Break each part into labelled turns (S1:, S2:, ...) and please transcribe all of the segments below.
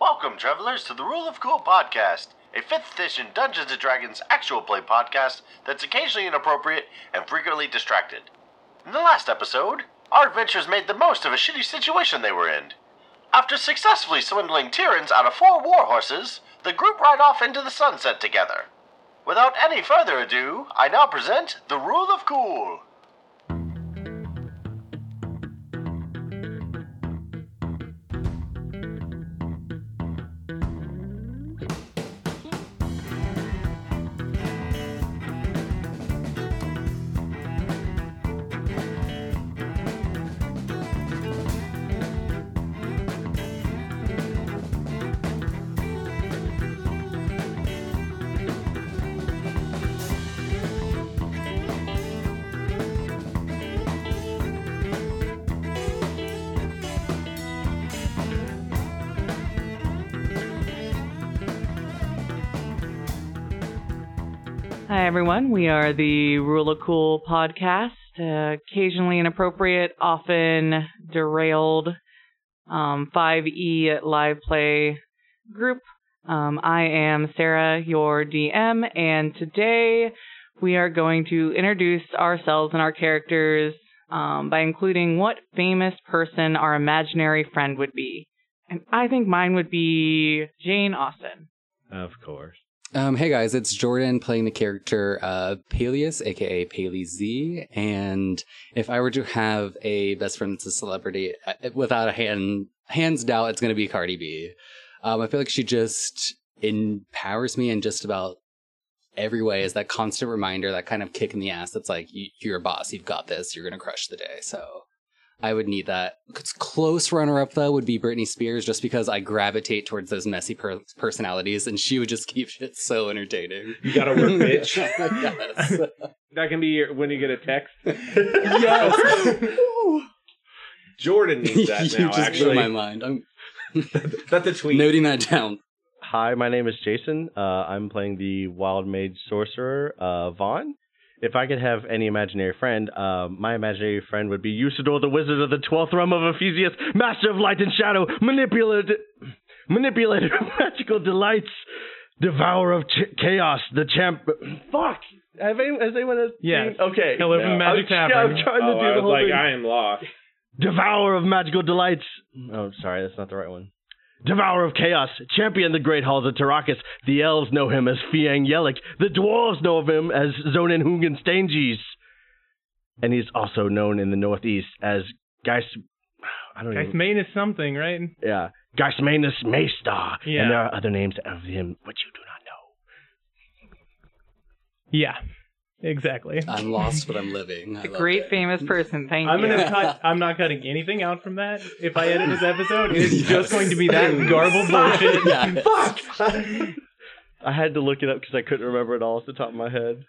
S1: Welcome, travelers, to the Rule of Cool podcast, a 5th edition Dungeons & Dragons actual play podcast that's occasionally inappropriate and frequently distracted. In the last episode, our adventurers made the most of a shitty situation they were in. After successfully swindling Tyrans out of four war horses, the group ride off into the sunset together. Without any further ado, I now present the Rule of Cool.
S2: Hi, everyone. We are the Rule of Cool podcast, uh, occasionally inappropriate, often derailed um, 5E live play group. Um, I am Sarah, your DM, and today we are going to introduce ourselves and our characters um, by including what famous person our imaginary friend would be. And I think mine would be Jane Austen.
S3: Of course.
S4: Um, hey guys, it's Jordan playing the character uh, Peleus, aka Paley Z. And if I were to have a best friend that's a celebrity, I- without a hand, hands doubt, it's going to be Cardi B. Um, I feel like she just empowers me in just about every way. Is that constant reminder, that kind of kick in the ass that's like, you, you're a boss, you've got this, you're going to crush the day. So I would need that. C- Close runner up though would be Britney Spears, just because I gravitate towards those messy per- personalities, and she would just keep it so entertaining.
S3: You gotta work, bitch.
S4: yes.
S5: That can be your, when you get a text.
S4: yes.
S3: Jordan
S4: you
S3: needs that now,
S4: just blew
S3: actually.
S4: my mind. I'm
S3: That's a tweet.
S4: noting that down.
S5: Hi, my name is Jason. Uh, I'm playing the Wild Mage Sorcerer, uh, Vaughn. If I could have any imaginary friend, um, my imaginary friend would be Usador, the Wizard of the Twelfth Realm of Ephesius, Master of Light and Shadow, Manipulator, Manipulator of Magical Delights, Devourer of ch- Chaos, the Champ. Fuck! Have any, has anyone else?
S6: Yes.
S5: seen- Okay.
S6: I live in
S3: Yeah.
S6: Magic
S5: I'm- yeah,
S6: Tavern.
S5: I'm trying to
S3: Oh,
S5: do
S3: I
S5: the
S3: was
S5: whole
S3: like,
S5: thing.
S3: I am lost.
S5: Devourer of magical delights. Oh, sorry, that's not the right one. Devourer of chaos, champion of the great halls of Tarakas. The elves know him as Fiang Yelik. The dwarves know of him as Zonin Hungan Stanges. And he's also known in the Northeast as Geis. I don't
S6: Guys,
S5: even.
S6: Maine is something, right?
S5: Yeah. Geismanus Maystar.
S6: Yeah.
S5: And there are other names of him which you do not know.
S6: Yeah, exactly.
S4: I'm lost, but I'm living. I
S2: A
S4: love
S2: great
S4: it.
S2: famous person. Thank
S6: I'm
S2: you.
S6: gonna cut. I'm not cutting anything out from that. If I edit this episode, it's
S4: Yes.
S6: just going to be that garbled bullshit.
S4: Yes.
S5: I had to look it up because I couldn't remember it all off the top of my head.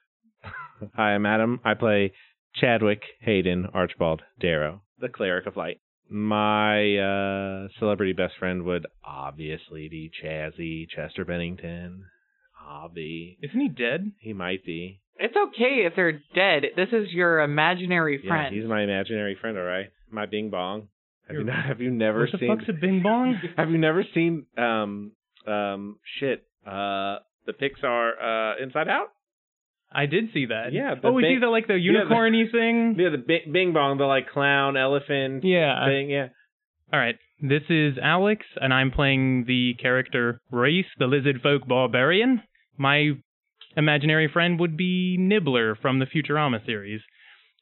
S3: Hi, I'm Adam. I play Chadwick Hayden Archibald Darrow, the cleric of light. My uh, celebrity best friend would obviously be Chazzy Chester Bennington. Obvi.
S6: Isn't he dead?
S3: He might be.
S2: It's okay if they're dead. This is your imaginary
S3: Yeah,
S2: friend.
S3: he's my imaginary friend. All right, my Bing Bong. Have you
S6: You're-
S3: not? Have you never
S6: What the
S3: seen?
S6: fuck's a bing bong?
S3: Have you never seen um um shit uh the Pixar uh Inside Out?
S6: I did see that.
S3: Yeah, the
S6: Oh, we
S3: bing-
S6: see the like the
S3: Yeah, the-
S6: unicorny thing.
S3: Yeah, the Bing, Bing Bong, the like clown elephant
S6: Yeah.
S3: thing. Yeah,
S6: All right. This is Alex, and I'm playing the character Race, the lizard folk barbarian. My imaginary friend would be Nibbler from the Futurama series.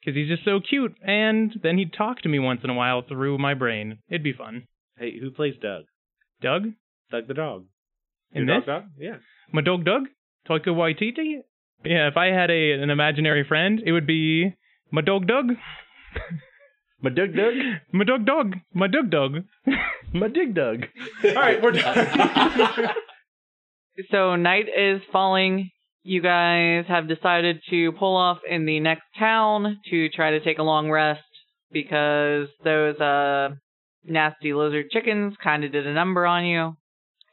S6: Because he's just so cute, and then he'd talk to me once in a while through my brain. It'd be fun.
S3: Hey, who plays Doug?
S6: Doug?
S3: Doug the dog.
S6: In
S3: Your
S6: this?
S3: dog, Doug? Yeah.
S6: My dog Doug? Taika Waititi? Yeah, if I had a an imaginary friend, it would be my dog Doug.
S5: My Doug Doug?
S6: My dog Doug. My Doug Doug.
S5: My Dig Doug.
S3: All right, we're
S2: So night is falling. You guys have decided to pull off in the next town to try to take a long rest because those uh nasty lizard chickens kind of did a number on you.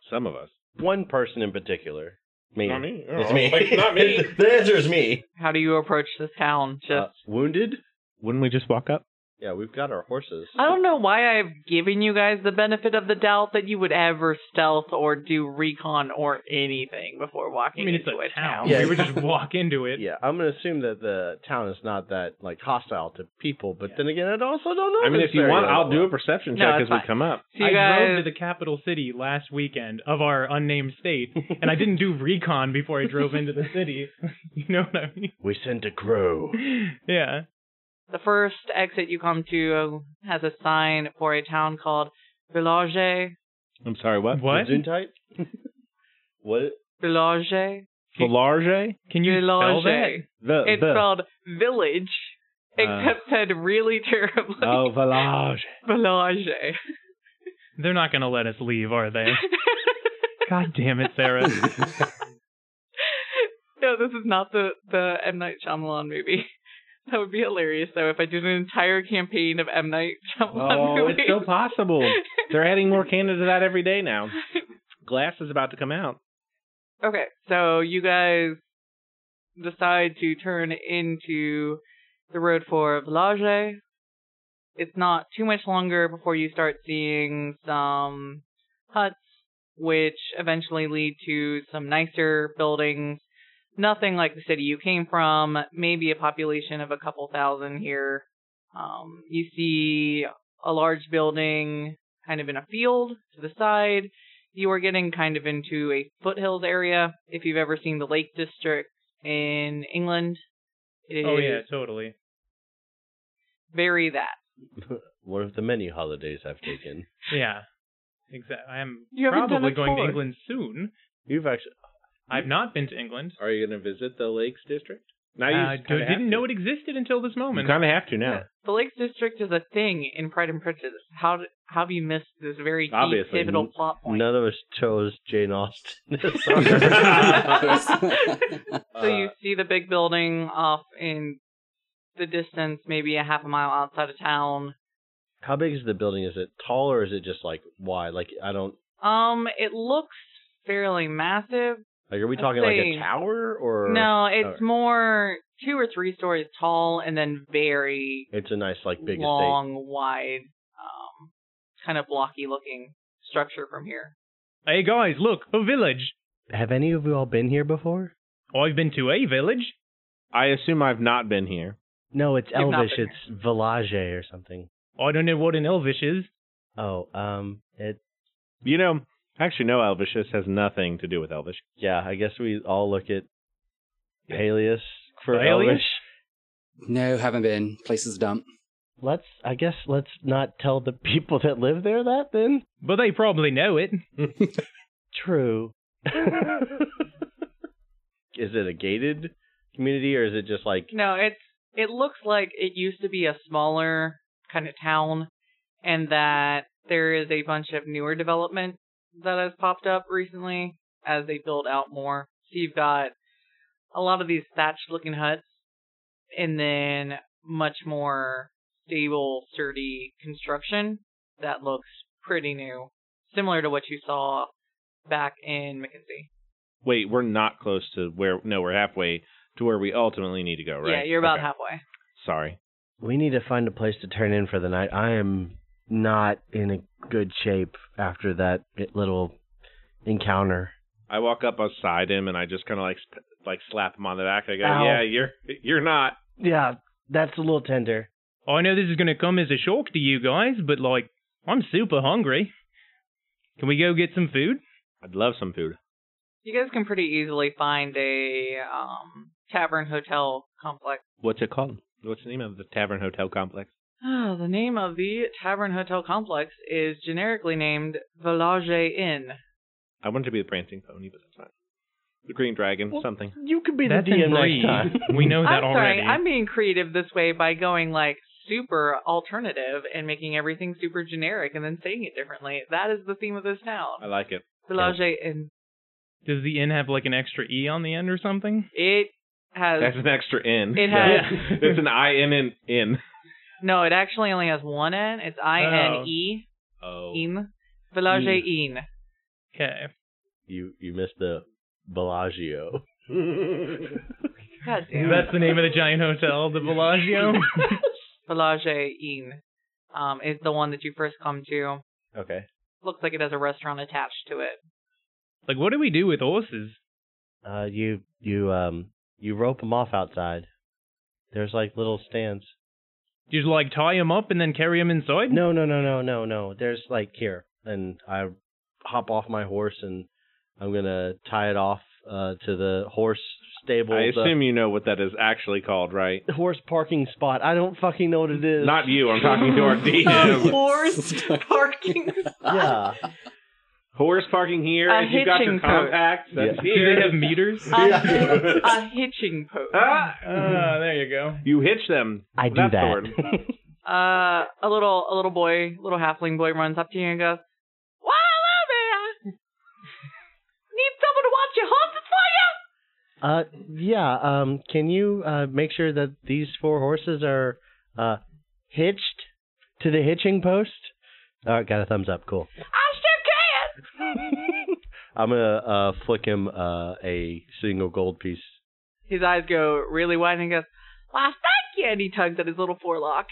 S3: Some of us.
S5: One person in particular. Me.
S3: Not me.
S5: It's
S3: Oh,
S5: me.
S3: wait, not me.
S5: the answer is me.
S2: How do you approach this town? Just
S5: Uh, wounded?
S3: Wouldn't we just walk up?
S5: Yeah, we've got our horses.
S2: I don't know why I've given you guys the benefit of the doubt that you would ever stealth or do recon or anything before walking
S6: I mean, it's
S2: into
S6: a town.
S4: Yeah.
S6: We would just walk into it.
S5: Yeah, I'm gonna assume that the town is not that like hostile to people, but then again, I also don't know.
S3: I mean,
S5: this
S3: if you
S5: very
S3: want,
S5: well.
S3: I'll do a perception
S2: No,
S3: check
S2: it's
S3: as we
S2: fine.
S3: come up.
S2: So you
S6: I
S2: guys,
S6: drove to the capital city last weekend of our unnamed state, and I didn't do recon before I drove into the city. you know what I
S5: We send a crow.
S6: mean? Yeah.
S2: the first exit you come to has a sign for a town called Village.
S3: I'm sorry, what?
S6: What?
S5: Gesundheit? what?
S2: Village.
S3: Falarge?
S6: Can you spell that?
S3: The,
S2: It's
S3: the. Uh.
S2: spelled village, except said really terribly.
S3: Oh, Falarge.
S2: Village.
S6: They're not going to let us leave, are they? God damn it, Sarah.
S2: no, this is not the the M Night Shyamalan movie. That would be hilarious though if I did an entire campaign of M Night Shyamalan
S3: Oh,
S2: movies.
S3: it's so possible. They're adding more canon to that every day now. Glass is about to come out.
S2: Okay, so you guys decide to turn into the road for Village. It's not too much longer before you start seeing some huts, which eventually lead to some nicer buildings. Nothing like the city you came from, maybe a population of a couple thousand here. Um, you see a large building kind of in a field to the side you are getting kind of into a foothills area. If you've ever seen the Lake District in England, it is
S6: Oh, yeah, totally.
S2: very that.
S5: One of the many holidays I've taken.
S6: Yeah. Exactly. I'm
S2: You haven't done
S6: probably
S2: it
S6: going to
S2: before.
S6: England soon.
S5: You've actually.
S6: I've not been to England.
S3: Are you going to visit the Lakes District? Now you
S6: I d- didn't know it existed until this moment.
S3: kind of have to now.
S2: The Lake District is a thing in Pride and Prejudice. How d how have you missed this very key
S3: Obviously,
S2: pivotal
S3: n-
S2: plot point?
S5: None of us chose Jane Austen. this summer.
S4: Yes.
S2: So
S5: uh,
S2: you see the big building off in the distance, maybe a half a mile outside of town.
S5: How big is the building? Is it tall or is it just like wide? Like I don't.
S2: Um, it looks fairly massive.
S5: Like are we
S2: I'd
S5: talking like
S2: say-
S5: a tower or?
S2: No, it's
S5: okay.
S2: more two or three stories tall and then very
S5: It's a nice like big estate.
S2: long, wide, um, kind of blocky looking structure from here.
S6: Hey, guys, look, a village.
S5: Have any of you all been here before?
S6: I've been to a village.
S3: I assume I've not been here.
S5: No, it's
S2: You've not
S5: Elvish.
S2: been
S5: It's Village or something.
S6: I don't know what an Elvish is.
S5: Oh, um, it.
S3: You know, actually, no, Elvish. This has nothing to do with Elvish.
S5: Yeah, I guess we all look at Alias for
S6: Alias?
S5: Elvish.
S4: no, haven't been. Place is dump.
S5: Let's. I guess let's not tell the people that live there that then.
S6: But they probably know it.
S5: True. is it a gated community or is it just like
S2: No, it's it looks like it used to be a smaller kind of town, and that there is a bunch of newer development that has popped up recently as they build out more. So you've got a lot of these thatched looking huts, and then much more stable, sturdy construction that looks pretty new, similar to what you saw back in Mackenzie.
S3: Wait, we're not close to where. No, we're halfway to where we ultimately need to go, Oh, right?
S2: Yeah, you're about
S3: Okay.
S2: halfway.
S3: Sorry.
S5: we need to find a place to turn in for the night? I am not in a good shape after that little encounter.
S3: I walk up beside him and I just kind of like sp- like slap him on the back. I go,
S5: Ow.
S3: "Yeah, you're you're not."
S5: Yeah, that's a little tender.
S6: I know this is going to come as a shock to you guys, but like, I'm super hungry. Can we go get some food?
S3: I'd love some food.
S2: You guys can pretty easily find a um, tavern hotel complex.
S3: What's it called? What's the name of the tavern hotel complex?
S2: Oh, the name of the tavern hotel complex is generically named Village Inn.
S3: I wanted to be the prancing pony, but that's not. The green dragon,
S5: Well,
S3: something.
S5: You could be
S6: That's
S5: the DM
S6: in Bree.
S5: next time.
S3: Oh,
S6: We know that
S2: I'm sorry,
S6: already.
S2: I'm being creative this way by going like super alternative and making everything super generic and then saying it differently. That is the theme of this
S3: I
S2: town.
S3: like it.
S2: Village Inn.
S6: Does the N have like an extra E on the end or something?
S2: It has
S3: That's an extra in.
S2: It
S3: Yeah.
S2: has-
S3: it's an I in in in.
S2: no, it actually only has one N. It's I N E
S3: Oh. Hmm.
S2: Inn. Village Inn.
S6: Okay.
S5: you you missed the Bellagio.
S2: God damn it.
S6: That's the name of the giant hotel, the Bellagio.
S2: Village Inn um, is the one that you first come to.
S5: Okay.
S2: Looks like it has a restaurant attached to it.
S6: Like, what do we do with horses?
S5: Uh, you you um you rope them off outside. There's like little stands.
S6: Do you just, like tie them up and then carry them inside?
S5: No, no, no, no, no, no. There's like here, and I hop off my horse, and I'm gonna tie it off uh, to the horse stable.
S3: I
S5: the
S3: assume you know what that is actually called, right?
S5: horse parking spot. I don't fucking know what it is.
S3: Not you. I'm talking to our DM.
S2: Horse parking.
S5: Yeah.
S3: Horse parking here.
S2: A
S3: if you got your
S2: hitching post.
S3: compact, that's
S5: Yeah.
S6: Do they have
S3: here.
S6: meters?
S2: A,
S3: Yeah.
S2: hitch- a hitching post.
S3: Ah,
S6: Ah, there you go.
S3: you hitch them.
S5: I do
S3: That's the
S5: that.
S3: word.
S2: Uh, a little, a little boy, little halfling boy runs up to you and goes, "Wow, hello there! Need someone to watch your horses for you?"
S5: Uh, yeah. Um, can you uh make sure that these four horses are uh hitched to the hitching post? All right, got a thumbs up. Cool.
S2: I sure can.
S5: I'm gonna uh flick him uh a single gold piece.
S2: His eyes go really wide and he goes, "Why, thank you!" And he tugs at his little forelock.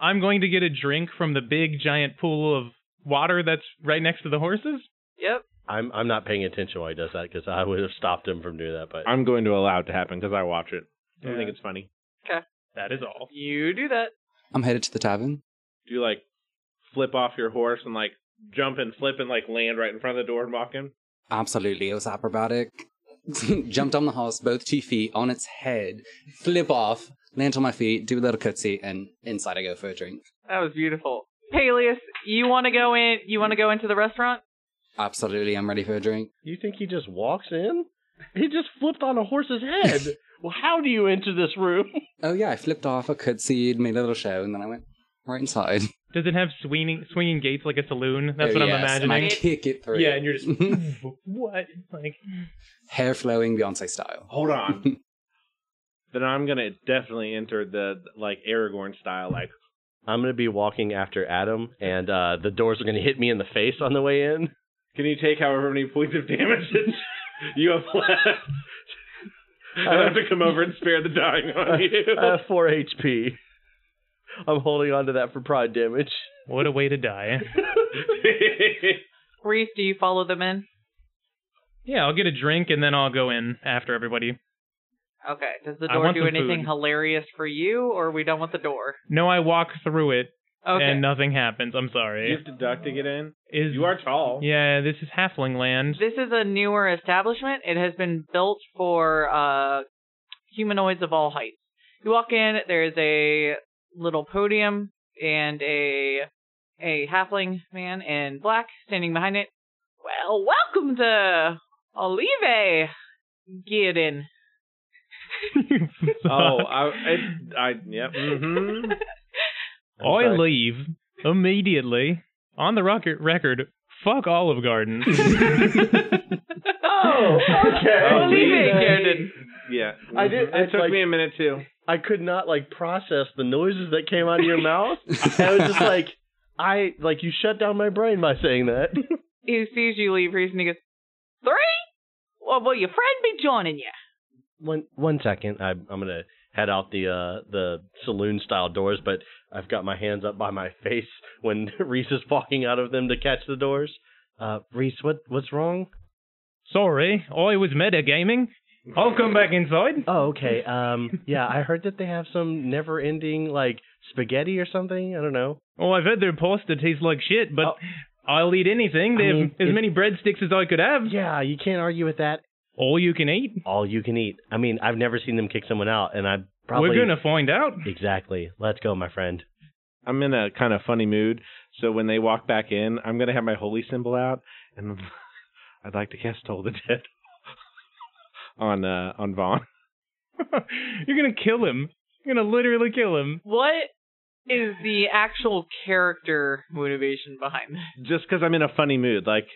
S6: I'm going to get a drink from the big giant pool of water that's right next to the horses.
S2: Yep.
S5: I'm I'm not paying attention while he does that because I would have stopped him from doing that. But
S3: I'm going to allow it to happen because I watch it. I
S6: Yeah.
S3: think it's funny.
S6: That is
S3: Oh.
S6: all.
S2: You do that.
S4: I'm headed to the tavern.
S3: Do you like flip off your horse and like jump and flip and like land right in front of the door and walk in?
S4: Absolutely, it was acrobatic. Jumped on the horse, both two feet on its head, flip off, land on my feet, do a little curtsy, and inside I go for a drink.
S2: That was beautiful. Peleus, you want to go in? You want to go into the restaurant?
S4: Absolutely, I'm ready for a drink.
S5: you think he just walks in? He just flipped on a horse's head. well, how do you enter this room?
S4: Oh yeah, I flipped off, I curtsied, made a little show, and then I went right inside.
S6: Does it have swinging swinging gates like a saloon? That's
S4: Oh,
S6: what I'm
S4: yes, and I
S6: imagining.
S4: kick it through.
S6: Yeah, and you're just what? Like
S4: hair flowing Beyonce style.
S3: Hold on. then I'm gonna definitely enter the like Aragorn style, like
S5: I'm gonna be walking after Adam, and uh the doors are gonna hit me in the face on the way in.
S3: Can you take however many points of damage that you have left? I have to come over and spare the dying on you.
S5: I have four HP. I'm holding on to that for pride damage.
S6: what a way to die.
S2: Reese, do you follow them in?
S6: Yeah, I'll get a drink and then I'll go in after everybody.
S2: Okay. Does the
S6: I
S2: door
S6: want
S2: do
S6: some
S2: anything
S6: food.
S2: hilarious for you, or are we done with the door?
S6: No, I walk through it
S2: Okay.
S6: and uh, nothing happens. I'm
S3: you
S6: sorry.
S3: have to duck to get in.
S6: Is
S3: You are tall.
S6: Yeah, this is halfling land.
S2: This is a newer establishment. It has been built for uh, humanoids of all heights. You walk in, there is a little podium and a a halfling man in black standing behind it. Well, welcome to Olive. Get in.
S3: Oh, I, it, I, yep. Mm-hmm.
S5: I'm
S6: I
S5: sorry.
S6: leave immediately on the rocket record. Fuck Olive Garden.
S2: Oh,
S5: okay.
S2: Olive
S5: Olive.
S2: Garden.
S3: Yeah.
S5: I did-
S3: Mhm.
S5: I
S3: It took
S5: like-
S3: me a minute too.
S5: I could not like process the noises that came out of your mouth. I was just like, I like you shut down my brain by saying that.
S2: He sees you leave, Reese, and he goes, Three? Well, will your friend be joining you?
S5: One one second, I, I'm gonna head out the uh the saloon style doors, but I've got my hands up by my face when Reese is walking out of them to catch the doors. Uh, Reese, what what's wrong?
S6: Sorry, I was metagaming. I'll come back inside.
S5: Oh, okay. Um, yeah, I heard that they have some never-ending like spaghetti or something. I don't know.
S6: Oh, I've had their pasta taste like shit, but I'll eat anything. They
S5: Oh. I
S6: have
S5: mean,
S6: as
S5: if-
S6: many breadsticks as I could have.
S5: Yeah, you can't argue with that.
S6: All you can eat.
S5: All you can eat. I mean, I've never seen them kick someone out, and I probably
S6: We're gonna find out.
S5: exactly. Let's go, my friend.
S3: I'm in a kind of funny mood, so when they walk back in, I'm gonna have my holy symbol out, and I'd like to cast Toll the Dead on uh, on Vaughn.
S6: You're gonna kill him. You're gonna literally kill him.
S2: What is the actual character motivation behind this?
S3: just because I'm in a funny mood. Like,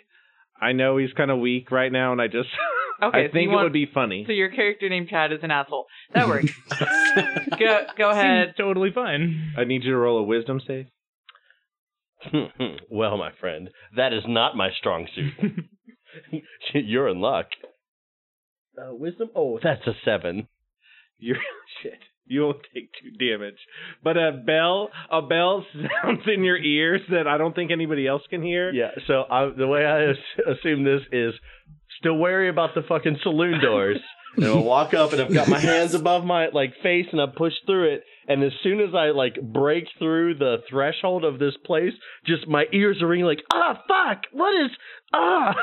S3: I know he's kind of weak right now, and I just
S2: Okay,
S3: I think
S2: so you
S3: it
S2: want-
S3: would be funny.
S2: So your character named Chad is an asshole. That works. go go ahead.
S6: Seems totally fine.
S3: I need you to roll a wisdom save.
S5: well, my friend, that is not my strong suit. You're in luck. Uh, wisdom. Oh, that's a seven.
S3: You're shit. You won't take two damage. But a bell, a bell sounds in your ears that I don't think anybody else can hear.
S5: Yeah. So I, the way I as- assume this is still wary about the fucking saloon doors. and I walk up and I've got my hands above my like face and I push through it. And as soon as I like break through the threshold of this place, just my ears are ringing like, ah, fuck, what is, ah,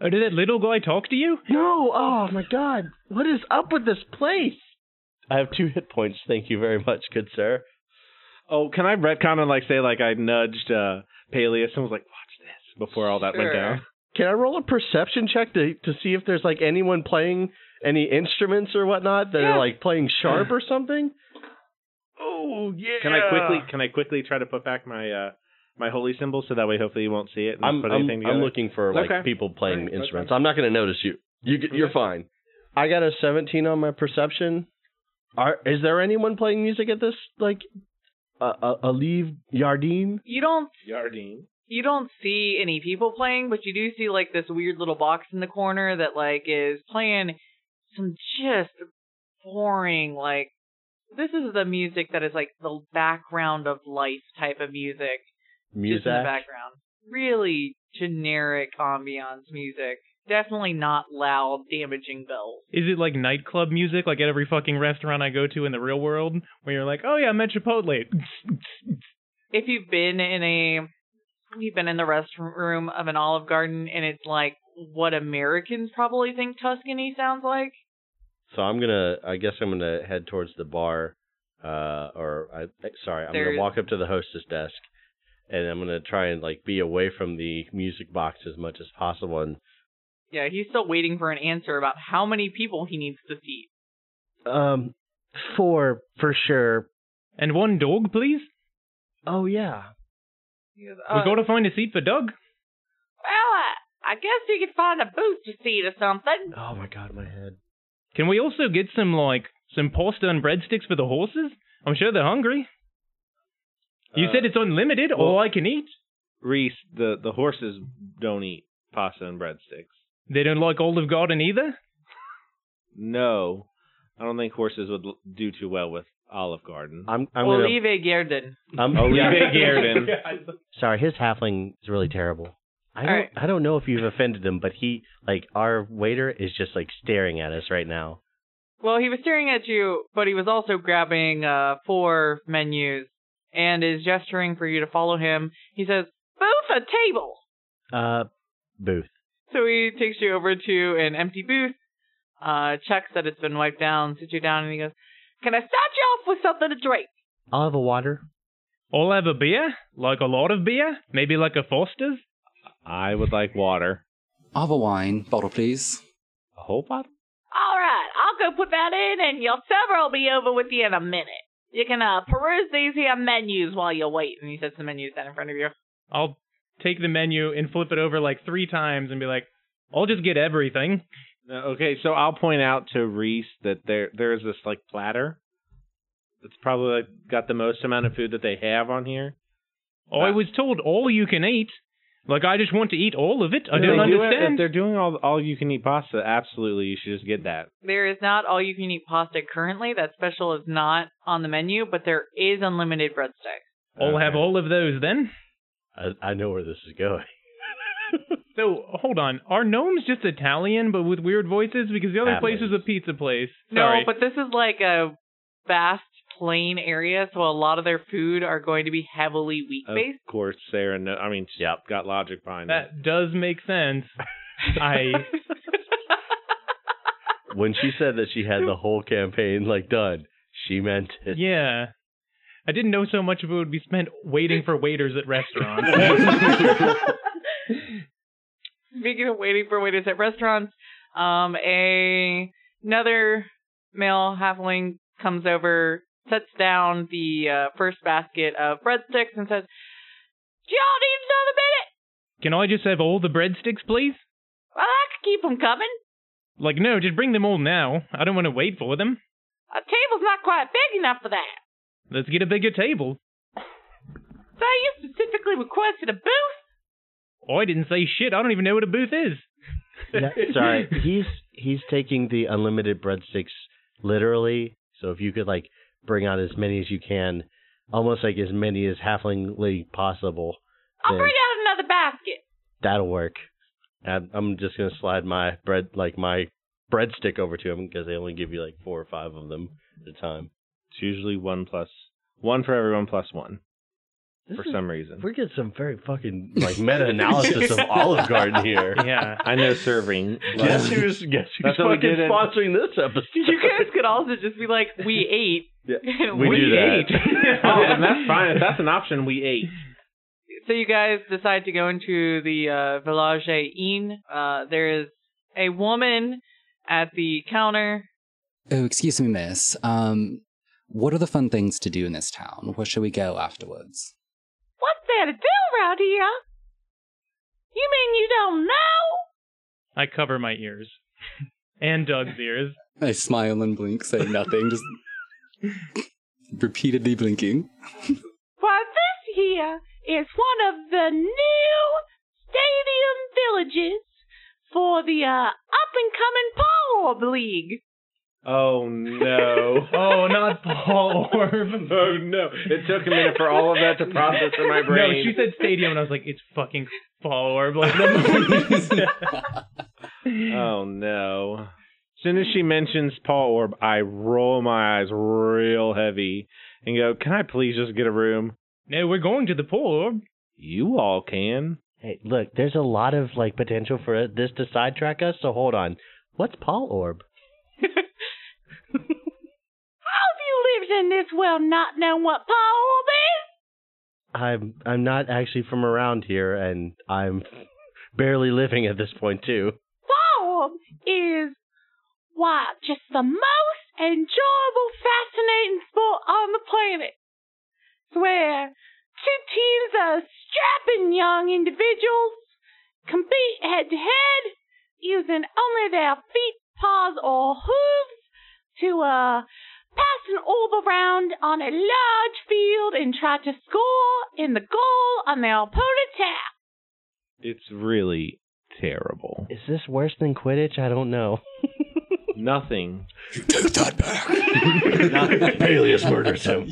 S6: Oh, did that little guy talk to you?
S5: no, oh my god, what is up with this place? I have two hit points. Thank you very much, good sir.
S3: Oh, can I retcon and like say like I nudged uh Peleus and was like, watch this before all that went
S2: Sure.
S3: down.
S5: Can I roll a perception check to to see if there's like anyone playing any instruments or whatnot that
S2: Yeah.
S5: are like playing sharp or something? Oh yeah.
S3: Can I quickly can I quickly try to put back my uh my holy symbol so that way hopefully you won't see it and
S5: I'm
S3: put
S5: I'm,
S3: anything together?
S5: I'm looking for like
S3: Okay.
S5: people playing
S3: Alright, that's
S5: instruments. I'm not going to notice you. You g- you're
S3: Okay.
S5: fine. I got a 17 on my perception. Are is there anyone playing music at this like uh, uh, Alive Yardine?
S2: You don't
S3: Yardine.
S2: you don't see any people playing, but you do see like this weird little box in the corner that like is playing some just boring like this is the music that is like the background of life type of music just
S5: Music.
S2: in the background. Really generic ambiance music. Definitely not loud, damaging bells.
S6: Is it like nightclub music, like at every fucking restaurant I go to in the real world, where you're like, oh yeah, I'm at Chipotle.
S2: if you've been in a if you've been in the restroom of an olive garden and it's like what Americans probably think Tuscany sounds like.
S5: So I'm gonna. I guess I'm gonna head towards the bar, uh, or I sorry, I'm
S2: There's-
S5: gonna walk up to the hostess desk, and I'm gonna try and like be away from the music box as much as possible. And
S2: Yeah, he's still waiting for an answer about how many people he needs to seat.
S5: um, four for sure.
S6: and one dog, please.
S5: Oh yeah.
S2: He goes,
S6: we
S3: Uh,
S2: "Oh,
S6: got to find a seat for Doug.
S2: well, I, I guess you could find a booster seat or something.
S5: Oh my god, my head.
S6: Can we also get some like some pasta and breadsticks for the horses? I'm sure they're hungry. You
S3: Uh,
S6: said it's unlimited, all
S3: well-
S6: I can eat.
S3: Reese, the the horses don't eat pasta and breadsticks.
S6: They don't like Olive Garden either.
S3: No, I don't think horses would l- do too well with Olive Garden. Oh,
S5: I'm I'm gonna.
S2: Olive Garden.
S5: I'm,
S3: Olive
S5: yeah.
S3: Garden.
S5: Sorry, his halfling is really terrible. I don't,
S2: Alright.
S5: I don't know if you've offended him, but he like our waiter is just like staring at us right now.
S2: Well, he was staring at you, but he was also grabbing uh, four menus and is gesturing for you to follow him. He says, "Both a table."
S5: Uh, booth.
S2: So he takes you over to an empty booth, uh, checks that it's been wiped down, sits you down, and he goes, Can I start you off with something to drink?
S5: I'll have a water.
S6: I'll have a beer, like a lot of beer, maybe like a Foster's.
S3: I would like water.
S4: I'll have a wine bottle, please.
S3: A whole bottle?
S2: All right, I'll go put that in, and your server will be over with you in a minute. You can uh, peruse these here menus while you wait. And he sets the menus down in front of you.
S6: I'll take the menu and flip it over like three times and be like, I'll just get everything.
S3: No, Uh, okay, so I'll point out to Reese that there there is this like platter. It's probably like, got the most amount of food that they have on here.
S6: I
S3: Uh,
S6: was told all you can eat. Like I just want to eat all of it. I
S3: If
S6: don't
S3: they do it- if
S6: understand.
S3: they're doing all all you can eat pasta, absolutely you should just get that.
S2: There is not all you can eat pasta currently. That special is not on the menu, but there is unlimited breadsticks.
S6: I'll have
S3: Okay.
S6: all of those then.
S5: I, I know where this is going.
S6: So hold on, are gnomes just Italian but with weird voices? Because the other place is
S5: Happens.
S6: a pizza place. Sorry.
S2: No, but this is like a vast plain area, so a lot of their food are going to be heavily wheat
S3: Of
S2: based.
S3: course, Sarah. No, I mean, yeah, got logic behind that.
S6: that does make sense. I
S5: when she said that she had the whole campaign like done, she meant it.
S6: yeah. I didn't know so much of it would be spent waiting for waiters at restaurants.
S2: Speaking of waiting for waiters at restaurants, um, a another male halfling comes over, sets down the uh, first basket of breadsticks, and says, "Do y'all need another minute?
S6: Can I just have all the breadsticks, please?
S2: Well, I can keep 'em coming.
S6: Like, no, just bring them all now. I don't want to wait for them.
S2: Our table's not quite big enough for that.
S6: Let's get a bigger table.
S2: So you specifically requested a booth."
S6: Oh, I didn't say shit. I don't even know what a booth is.
S5: Sorry, he's he's taking the unlimited breadsticks literally. So if you could like bring out as many as you can, almost like as many as halflingly possible.
S2: I'll
S5: then
S2: bring out another basket.
S5: that'll work. And I'm just gonna slide my bread, like my breadstick, over to him because they only give you like four or five of them at a time.
S3: It's usually one plus one for everyone plus one
S5: This
S3: for
S5: is-
S3: some reason.
S5: We're getting some very fucking like meta analysis of Olive Garden here.
S6: Yeah.
S3: I know serving.
S5: Guess who's guess who's
S3: That's what we
S5: fucking
S3: did in-
S5: sponsoring this episode?
S2: You guys could also just be like, we ate.
S3: Yeah.
S2: And
S5: We do that.
S2: ate.
S3: oh, then that's fine. If that's an option, we ate.
S2: So you guys decide to go into the uh, Village Inn. Uh, there is a woman at the counter.
S4: Oh, excuse me, miss. Um, what are the fun things to do in this town? Where should we go afterwards?
S2: What's there to do around here? You mean you don't know?
S6: I cover my ears and Doug's ears.
S4: I smile and blink, say nothing, just repeatedly blinking.
S2: Well, this here is one of the new stadium villages for the uh, up and coming Paul League.
S3: Oh no.
S6: Oh, not Paul Orb.
S3: Oh no. It took a minute for all of that to process in my
S6: No,
S3: brain.
S6: she said stadium, and I was like, it's fucking Paul Orb. Like, the
S3: oh no. As soon as she mentions Paul Orb, I roll my eyes real heavy and go, Can I please just get a room?
S6: no, we're going to the Paul Orb.
S3: You all can.
S5: Hey, look, there's a lot of like potential for this to sidetrack us. So hold on. What's Paul Orb?
S2: How have you lived in this world not knowing what Paul Orb is?
S5: I'm I'm not actually from around here, and I'm barely living at this point too.
S2: Bob is wow, just the most enjoyable, fascinating sport on the planet. It's where two teams of strapping young individuals compete head to head using only their feet, paws, or hooves to uh pass an orb around on a large field and try to score in the goal on their opponent's half.
S3: It's really terrible.
S5: Is this worse than Quidditch? I don't know.
S3: Nothing.
S4: Take that back.
S5: Peleus murders him.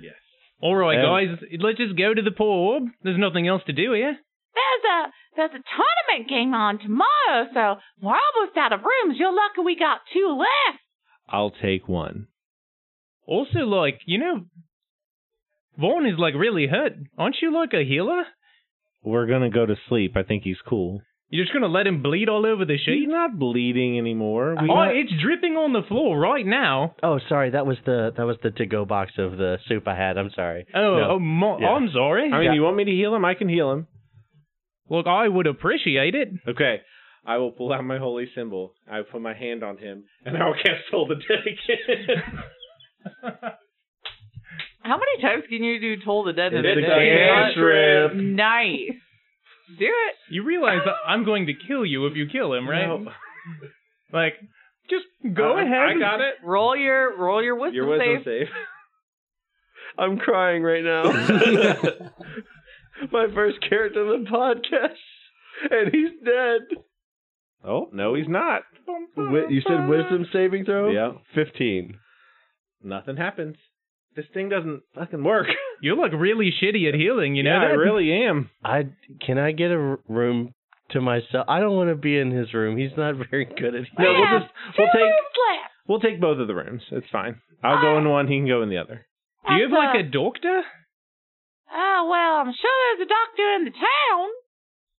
S3: Yes.
S6: All right,
S3: Um,
S6: guys, let's just go to the Paul Orb. There's nothing else to do here.
S2: There's a there's a tournament game on tomorrow, so we're almost out of rooms. You're lucky we got two left.
S3: I'll take one.
S6: Also, like, you know, Vaughn is like really hurt. Aren't you like a healer?
S3: We're gonna go to sleep. I think he's cool.
S6: You're just gonna let him bleed all over the
S3: He's
S6: sheet?
S3: not bleeding anymore. We
S6: Oh, it's dripping on the floor right now.
S5: Oh, sorry, that was the that was the to go box of the soup I had. I'm sorry.
S6: Oh,
S5: No.
S6: oh mo-
S5: Yeah.
S6: I'm sorry.
S3: I mean, you want me to heal him? I can heal him.
S6: Look, I would appreciate it.
S3: Okay. I will pull out my holy symbol. I will put my hand on him, and I will cast all the dead again.
S2: How many times can you do Toll the Dead
S3: It's
S5: a
S3: cantrip.
S2: Nice. Do it.
S6: You realize that I'm going to kill you if you kill him, right?
S3: No. Uh,
S6: Like, just go
S3: I-
S6: ahead.
S3: I got it.
S2: Roll your roll your wisdom
S3: Your wisdom
S2: save.
S3: save.
S5: I'm crying right now. My first character in the podcast, and he's dead.
S3: Oh no, he's not.
S5: you said wisdom saving throw.
S3: Yeah.
S5: fifteen.
S3: Nothing happens. This thing doesn't fucking work.
S6: You're like really shitty at healing, you know
S3: yeah, I
S6: that?
S3: really am.
S5: I can I get a r- room to myself? I don't want to be in his room. He's not very good at.
S2: We
S3: No, we'll
S2: have
S3: just we'll
S2: two
S3: take
S2: rooms left.
S3: we'll take both of the rooms. It's fine. I'll go in one. He can go in the other.
S6: Do you have
S2: That's,
S6: like a doctor?
S2: uh, Oh well, I'm sure there's a doctor in the town.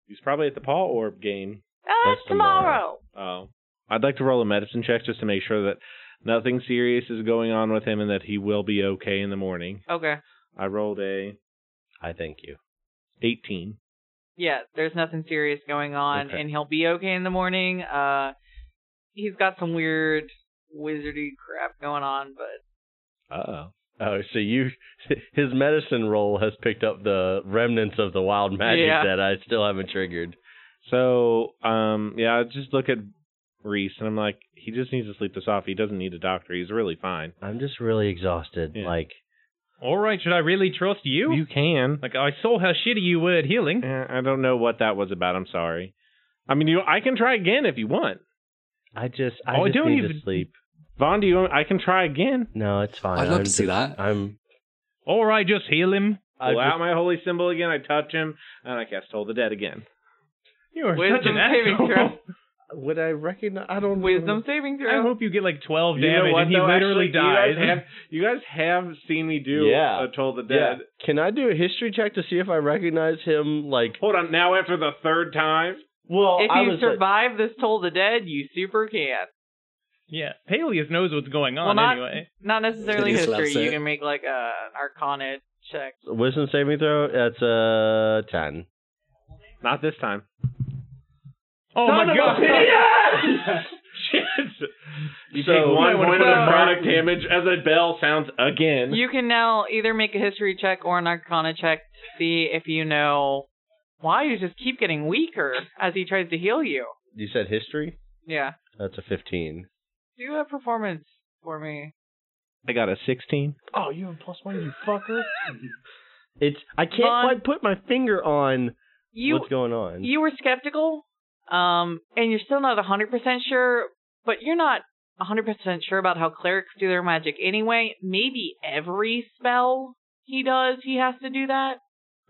S3: He's probably at the Paul Orb game.
S2: Oh,
S5: That's
S2: that's tomorrow.
S3: Oh, I'd like to roll a medicine check just to make sure that nothing serious is going on with him and that he will be okay in the morning.
S2: Okay.
S3: I rolled a
S5: I thank you.
S3: 18.
S2: Yeah, there's nothing serious going on,
S5: Okay.
S2: and he'll be okay in the morning. Uh, he's got some weird wizardy crap going on, but
S3: Uh oh.
S5: Oh, so you his medicine roll has picked up the remnants of the wild magic
S2: Yeah.
S5: that I still haven't triggered.
S3: So, um, yeah, I just look at Reese and I'm like, he just needs to sleep this off. He doesn't need a doctor. He's really fine.
S5: I'm just really exhausted.
S3: Yeah.
S5: Like
S6: All right, should I really trust you?
S3: You can.
S6: Like, I saw how shitty you were at healing.
S3: Eh, I don't know what that was about. I'm sorry. I mean, you, I can try again if you want.
S5: I just I
S6: Oh, I
S5: just
S6: don't
S5: need
S6: even-
S5: to sleep.
S3: Vaughn, do you want, I can try again.
S5: No, it's fine.
S4: I'd love
S5: I'm
S4: to see
S5: just-
S4: that.
S5: I'm.
S6: Or I just heal him.
S5: I
S3: Pull out
S5: just,
S3: my holy symbol again. I touch him, and I cast Hold the Dead again.
S6: You are such
S2: Wisdom
S6: an
S2: saving
S6: asshole.
S2: throw.
S5: would I recognize? I don't.
S2: Wisdom saving
S6: I
S2: throw.
S6: hope you get like 12
S3: you know
S6: damage
S3: what,
S6: and he
S3: though?
S6: literally
S3: Actually,
S6: dies.
S3: You guys, have, you guys have seen me do
S5: Yeah.
S3: a Toll the Dead.
S5: Yeah. Can I do a history check to see if I recognize him? Like,
S3: Hold on. Now after the third time,
S5: well,
S2: If
S5: I
S2: you
S5: was like,
S2: survive this toll the dead, you super can.
S6: yeah. Peleus knows what's going on
S2: Well, not-
S6: anyway.
S2: Not necessarily
S4: He just
S2: history.
S4: loves
S2: You
S4: it.
S2: can make like a an arcana check.
S5: wisdom saving throw. That's a ten.
S3: not this time.
S6: Oh
S3: Son
S6: my
S3: of a
S6: god.
S3: bitch! Shit.
S5: You
S3: so
S5: take
S3: one
S5: one
S3: point of
S2: point.
S3: necrotic damage as a bell sounds again.
S2: You can now either make a history check or an arcana check to see if you know why you just keep getting weaker as he tries to heal you.
S5: You said history.
S2: Yeah.
S5: That's a fifteen.
S2: Do a performance for me.
S3: I got a 16.
S5: Oh, you have plus one, you fucker. it's I can't
S2: Vaughn.
S5: quite put my finger on
S2: You
S5: what's going on.
S2: you were skeptical, um, and you're still not 100% sure, but you're not 100% sure about how clerics do their magic anyway. Maybe every spell he does, he has to do that.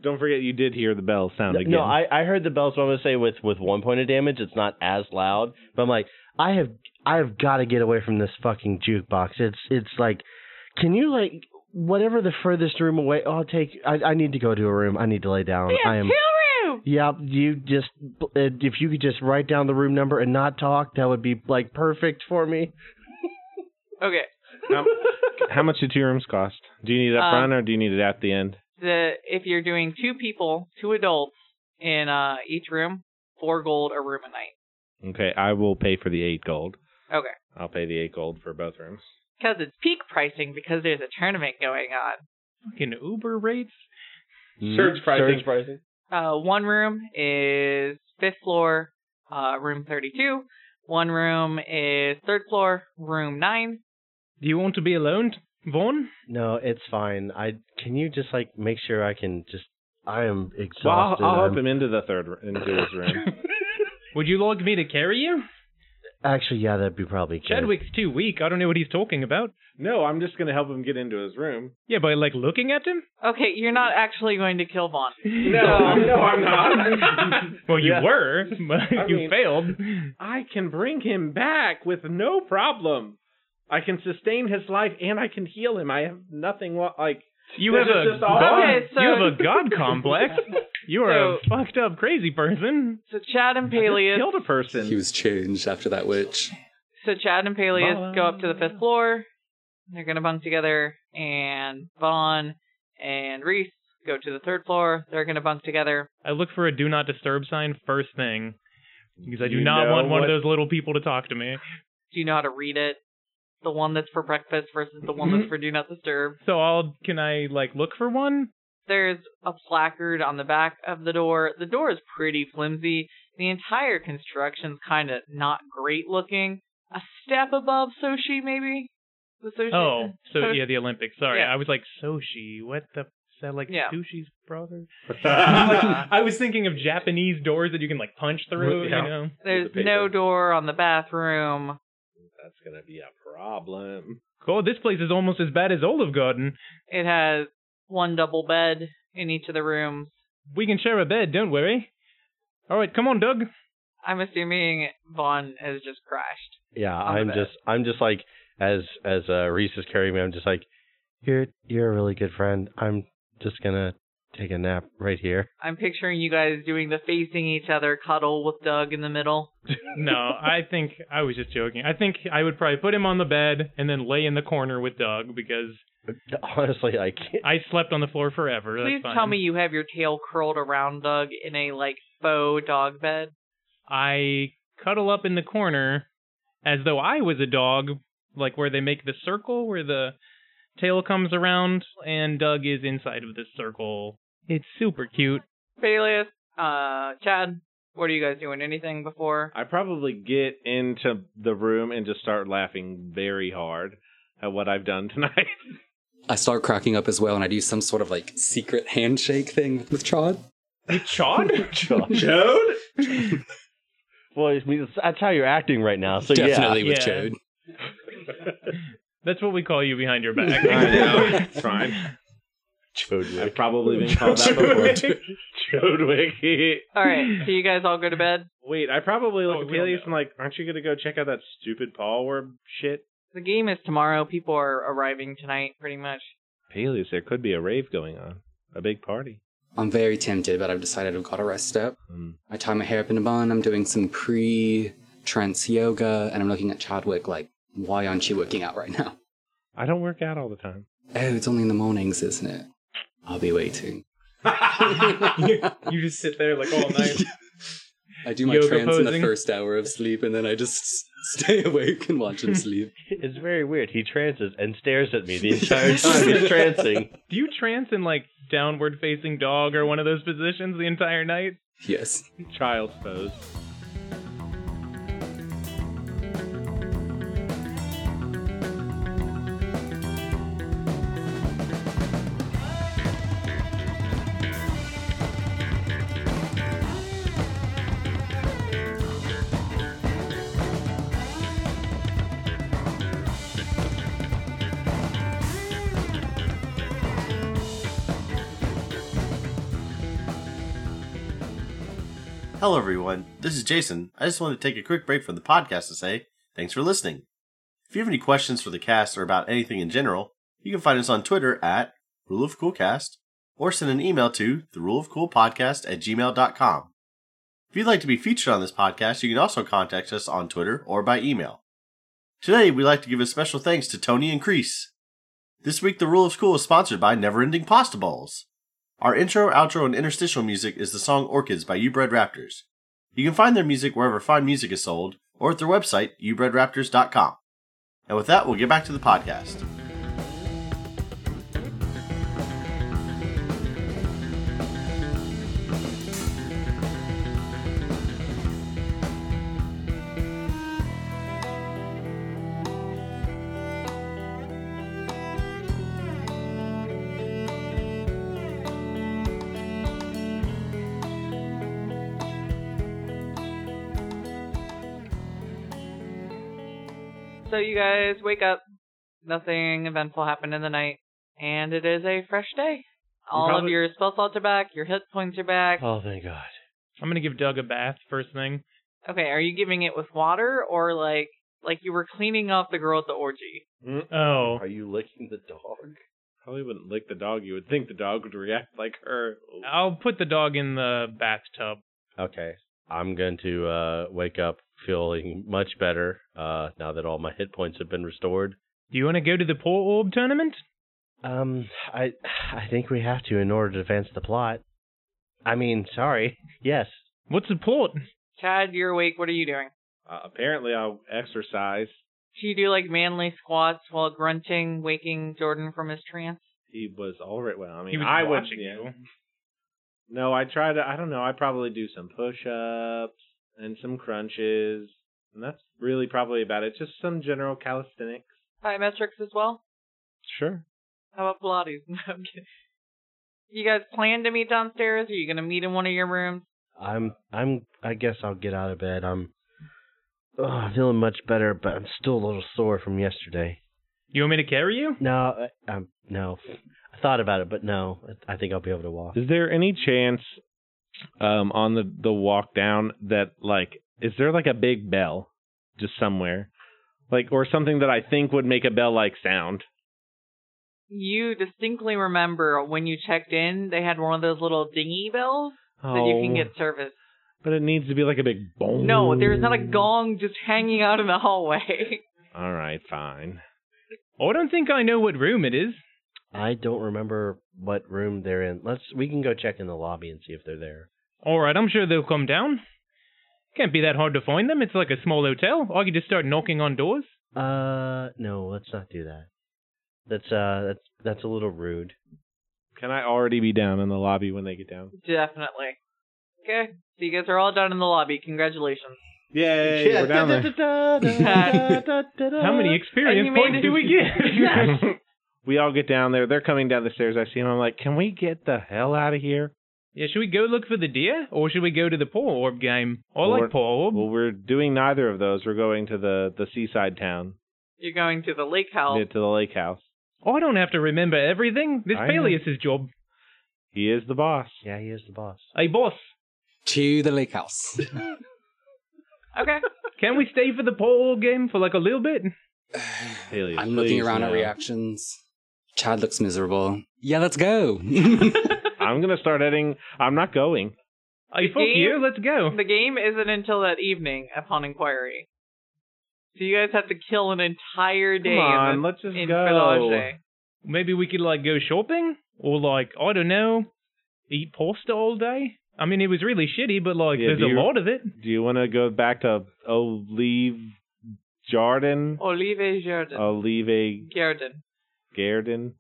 S3: Don't forget you did hear the bell sound again.
S5: No, I, I heard the bells. What I'm gonna say with with one point of damage, it's not as loud. But I'm like, I have I have got to get away from this fucking jukebox. It's it's like, can you like whatever the furthest room away? oh, I'll take. I I need to go to a room. I need to lay down.
S2: We have
S5: Um, I am.
S2: two rooms!
S5: Yep, you just uh, if you could just write down the room number and not talk, that would be like perfect for me.
S2: Okay,
S3: How, how much do two rooms cost? Do you need it up
S2: Um,
S3: front or do you need it at the end?
S2: the if you're doing two people, two adults in uh, each room, four gold a room a night.
S3: Okay, I will pay for the eight gold.
S2: Okay,
S3: I'll pay the eight gold for both rooms.
S2: because it's peak pricing because there's a tournament going on.
S6: Fucking Uber rates.
S3: Surge pricing.
S5: Mm-hmm. Surge pricing.
S2: Uh, one room is fifth floor, uh, room 32. One room is third floor, room 9.
S6: Do you want to be alone, Vaughn?
S5: No, it's fine. I can you just like make sure I can just. I am exhausted.
S3: Well, I'll, I'll
S5: I'm-
S3: help him into the third r- into his room.
S6: Would you like me to carry you?
S5: Actually, yeah, that'd be probably good.
S6: Chadwick's too weak. I don't know what he's talking about.
S3: no, I'm just gonna help him get into his room.
S6: Yeah, by like looking at him?
S2: Okay, you're not actually going to kill Vaughn.
S3: No, I'm- no, I'm not.
S6: well, you
S3: Yeah.
S6: were, but
S3: I
S6: you
S3: mean-
S6: failed.
S3: I can bring him back with no problem. I can sustain his life and I can heal him. I have nothing lo- like
S6: You
S3: This
S6: have
S3: is
S6: a
S3: just all-
S6: god,
S2: Okay, so-
S6: you have a god complex. You are a fucked up crazy person.
S2: So Chad and
S3: I
S2: Peleus,
S3: killed a person.
S4: He was changed after that witch.
S2: so Chad and Peleus
S6: Vaughn.
S2: go up to the fifth floor. They're going to bunk together, and Vaughn and Reese go to the third floor. They're going to bunk together.
S6: I look for a do not disturb sign first thing because I do
S3: You
S6: not
S3: know
S6: want one
S3: what-
S6: of those little people to talk to me.
S2: Do you know how to read it? The one that's for breakfast versus the one that's for do not disturb.
S6: So I'll can I like look for one?
S2: There's a placard on the back of the door. The door is pretty flimsy. The entire construction's kind of not great looking. A step above sushi, maybe. The sushi.
S6: Oh, so
S2: so-
S6: yeah, the Olympics. Sorry,
S2: Yeah.
S6: I was like Soshi. What the? Is that like
S2: Yeah.
S6: Sushi's brother? I'm
S3: I
S6: like, I was thinking of Japanese doors that you can like punch through.
S3: Yeah.
S6: You know,
S2: There's
S3: the
S2: no
S3: paper.
S2: door on the bathroom.
S3: That's gonna be a problem.
S6: cool. This place is almost as bad as Olive Garden.
S2: It has one double bed in each of the rooms.
S6: We can share a bed. Don't worry. All right, come on, Doug.
S2: I'm assuming Vaughn has just crashed.
S5: Yeah,
S2: on the
S5: I'm
S2: bed.
S5: just I'm just like as as uh, Reese is carrying me, I'm just like, you're you're a really good friend. I'm just gonna take a nap right here.
S2: I'm picturing you guys doing the facing each other cuddle with Doug in the middle.
S6: No, I think I was just joking. I think I would probably put him on the bed and then lay in the corner with Doug because
S5: Honestly, I can't.
S6: I slept on the floor forever. That's
S2: Please
S6: fine.
S2: tell me you have your tail curled around Doug in a like faux dog bed.
S6: I cuddle up in the corner as though I was a dog, like where they make the circle where the tail comes around, and Doug is inside of the circle. It's super cute.
S2: Bailiff, uh, Chad, what are you guys doing? Anything before?
S3: I probably get into the room and just start laughing very hard at what I've done tonight.
S4: I start cracking up as well, and I do some sort of like secret handshake thing with Trod.
S6: Chod?
S3: Jode?
S5: Well, I mean, that's how you're acting right now. So
S4: Definitely
S6: yeah.
S4: with
S6: Yeah.
S4: Chode.
S6: That's what we call you behind your back.
S3: I know. It's fine. I've probably been called that before. Chudwick.
S2: All right. So you guys all go to bed.
S3: Wait, I probably look
S6: Oh,
S3: at
S6: we don't
S3: Peleus
S6: know.
S3: and like, aren't you gonna go check out that stupid Paul Worm shit?
S2: The game is tomorrow. People are arriving tonight, pretty much.
S3: Peleus, there could be a rave going on, a big party.
S4: I'm very tempted, but I've decided I've got to rest up.
S3: Mm.
S4: I tie my hair up in a bun. I'm doing some pre trance yoga, and I'm looking at Chadwick like, why aren't you working out right now?
S3: I don't work out all the time.
S4: Oh, it's only in the mornings, isn't it? I'll be waiting.
S7: you just sit there like all night.
S4: I do my
S7: Yoga
S4: trance in the
S7: posing.
S4: first hour of sleep, and then I just s- stay awake and watch him sleep.
S5: It's very weird. He trances and stares at me the entire time he's trancing.
S6: Do you trance in like downward facing dog or one of those positions the entire night?
S4: Yes.
S3: Child's pose.
S1: Hello, everyone. This is Jason. I just wanted to take a quick break from the podcast to say thanks for listening. If you have any questions for the cast or about anything in general, you can find us on Twitter at Rule of Cool Cast or send an email to the Rule of Cool Podcast at gmail.com. If you'd like to be featured on this podcast, you can also contact us on Twitter or by email. Today, we'd like to give a special thanks to Tony and Crease. This week, the Rule of Cool is sponsored by Neverending Pasta Bowls. Our intro, outro, and interstitial music is the song Orchids by Ubred Raptors. You can find their music wherever fine music is sold or at their website, ubredraptors.com. And with that, we'll get back to the podcast.
S2: So you guys wake up. Nothing eventful happened in the night, and it is a fresh day. All of
S3: probably-
S2: your spell slots are back. Your hit points are back.
S5: Oh, thank God.
S6: I'm gonna give Doug a bath first thing.
S2: Okay, are you giving it with water or like like you were cleaning off the girl at the orgy?
S6: Oh,
S5: Are you licking the dog?
S3: Probably wouldn't lick the dog. You would think the dog would react like her.
S6: I'll put the dog in the bathtub.
S5: Okay. I'm going to uh, wake up feeling much better uh, now that all my hit points have been restored.
S6: Do you want to go to the Port Orb tournament?
S5: Um, I I think we have to in order to advance the plot. I mean, sorry. Yes.
S6: What's the port?
S2: Chad, you're awake. What are you doing?
S3: Uh, apparently, I'll exercise.
S2: Do you do like manly squats while grunting, waking Jordan from his trance?
S3: He was already. Well, I mean,
S6: He was
S3: I would.
S6: watching
S3: yeah.
S6: you.
S3: No, I try to. I don't know. I probably do some push-ups and some crunches, and that's really probably about it. Just some general calisthenics.
S2: Plyometrics as well?
S3: Sure.
S2: How about Pilates? No, I'm kidding. You guys plan to meet downstairs? Are you going to meet in one of your rooms?
S5: I'm I'm I guess I'll get out of bed. I'm oh, I'm feeling much better, but I'm still a little sore from yesterday.
S6: You want me to carry you?
S5: No, I, um, no. I thought about it, but no. I I think I'll be able to walk.
S3: Is there any chance um on the the walk down that like is there like a big bell just somewhere? Like or something that I think would make a bell like sound.
S2: You distinctly remember when you checked in, they had one of those little dingy bells that you
S6: Oh.
S2: can get service.
S3: Oh, But it needs to be like a big boom.
S2: No, there's not a gong just hanging out in the hallway.
S3: All right, fine.
S6: Oh, I don't think I know what room it is.
S5: I don't remember what room they're in. Let's we can go check in the lobby and see if they're there.
S6: All right, I'm sure they'll come down. Can't be that hard to find them. It's like a small hotel. I could just start knocking on doors.
S5: Uh, no, let's not do that. That's uh, that's that's a little rude.
S3: Can I already be down in the lobby when they get down?
S2: Definitely. Okay, so you guys are all down in the lobby. Congratulations. Uh,
S3: Yay, we're down there.
S6: How many
S2: And
S6: experience
S2: you made
S6: points
S2: it.
S6: do we get?
S3: we all get down there. They're coming down the stairs. I see them. I'm like, "Can we get the hell out of here?"
S6: yeah, should we go look for the deer or should we go to the Paw Orb game? I
S3: Or-
S6: like Paw Orb.
S3: Well, we're doing neither of those. We're going to the the seaside town.
S2: You're going to the lake house.
S3: Get to the lake house.
S6: Oh, I don't have to remember everything. This
S3: I know.
S6: Peleus' job.
S3: He is the boss.
S5: Yeah, he is the boss.
S6: Hey, boss,
S4: To the lake house.
S2: Okay.
S6: can we stay for the poll game for like a little bit?
S3: Peleus,
S4: I'm looking
S3: please,
S4: around at
S3: no.
S4: reactions. Chad looks miserable. Yeah, let's go.
S3: I'm gonna start editing. I'm not going.
S6: Hey, fuck
S2: game?
S6: you. Let's go.
S2: the game isn't until that evening upon inquiry. So you guys have to kill an entire day
S3: Come on,
S2: in,
S3: let's just
S2: the, in
S3: go.
S2: Felager.
S6: Maybe we could like go shopping or like I don't know, eat pasta all day. I mean, it was really shitty, but like
S3: Yeah,
S6: there's
S3: do
S6: a
S3: you-
S6: lot of it.
S3: Do you want to go back to Olive Jarden?
S4: Oh,
S2: Olive Jardin.
S3: Oh. Olive
S2: Jardin.
S3: Garden?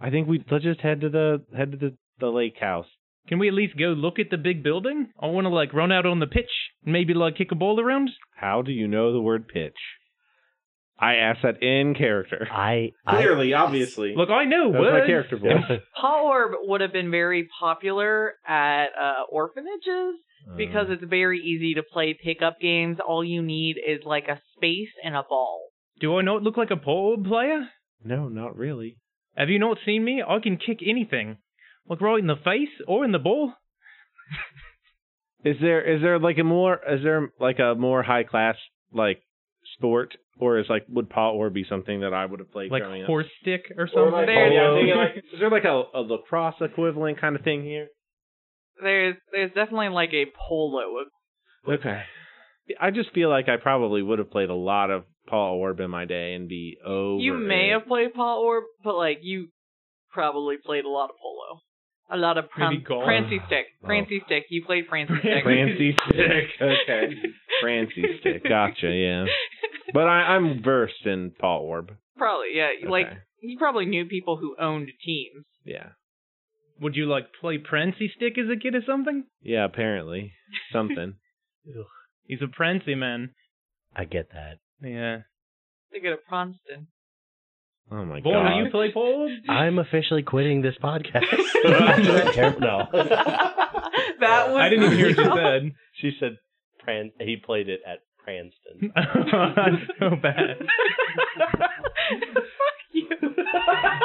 S3: I think we let's just head to the head to the, the lake house.
S6: Can we at least go look at the big building? I want to like run out on the pitch, and maybe like kick a ball around.
S3: How do you know the word pitch? I asked that in character.
S5: I
S3: obviously.
S6: Look, I know
S3: that was my
S6: words.
S3: character voice.
S2: Paw Orb would have been very popular at uh, orphanages
S3: Mm.
S2: because it's very easy to play pickup games. All you need is like a space and a ball.
S6: Do I not look like a poor player?
S3: no, not really.
S6: Have you not seen me? I can kick anything, like right in the face or in the ball.
S3: Is there is there like a more is there like a more high class like sport or is like would paw or be something that I would have played
S6: like
S3: growing up?
S6: horse stick or something.
S7: like
S2: There
S3: Yeah, I'm
S2: polo.
S3: thinking, like, is there like a, a lacrosse equivalent kind of thing here?
S2: There's there's definitely like a polo. of-
S3: Okay. I just feel like I probably would have played a lot of Paul Orb in my day and be over.
S2: You may
S3: it.
S2: have played Paw Orb, but like you probably played a lot of polo. A lot of pran-
S6: Maybe golf. Oh.
S2: Prancy Stick. Prancy Stick. You played Prancy Stick.
S3: Francie stick. Okay. Francie stick. Gotcha. Yeah. But I, I'm versed in Paul Orb.
S2: Probably, yeah.
S3: Okay.
S2: Like you probably knew people who owned teams.
S3: Yeah.
S6: Would you like play prancy stick as a kid or something?
S3: Yeah. Apparently something.
S6: He's a prancy man.
S5: I get that.
S6: Yeah.
S2: They go to Pronston.
S3: Oh my
S6: Boy,
S3: god.
S6: do you play polo?
S5: I'm officially quitting this podcast. After that term- no.
S2: that was
S6: I didn't even hear what you
S5: She said Pran- he played it at Pranston.
S6: said. That's so bad.
S2: Fuck you.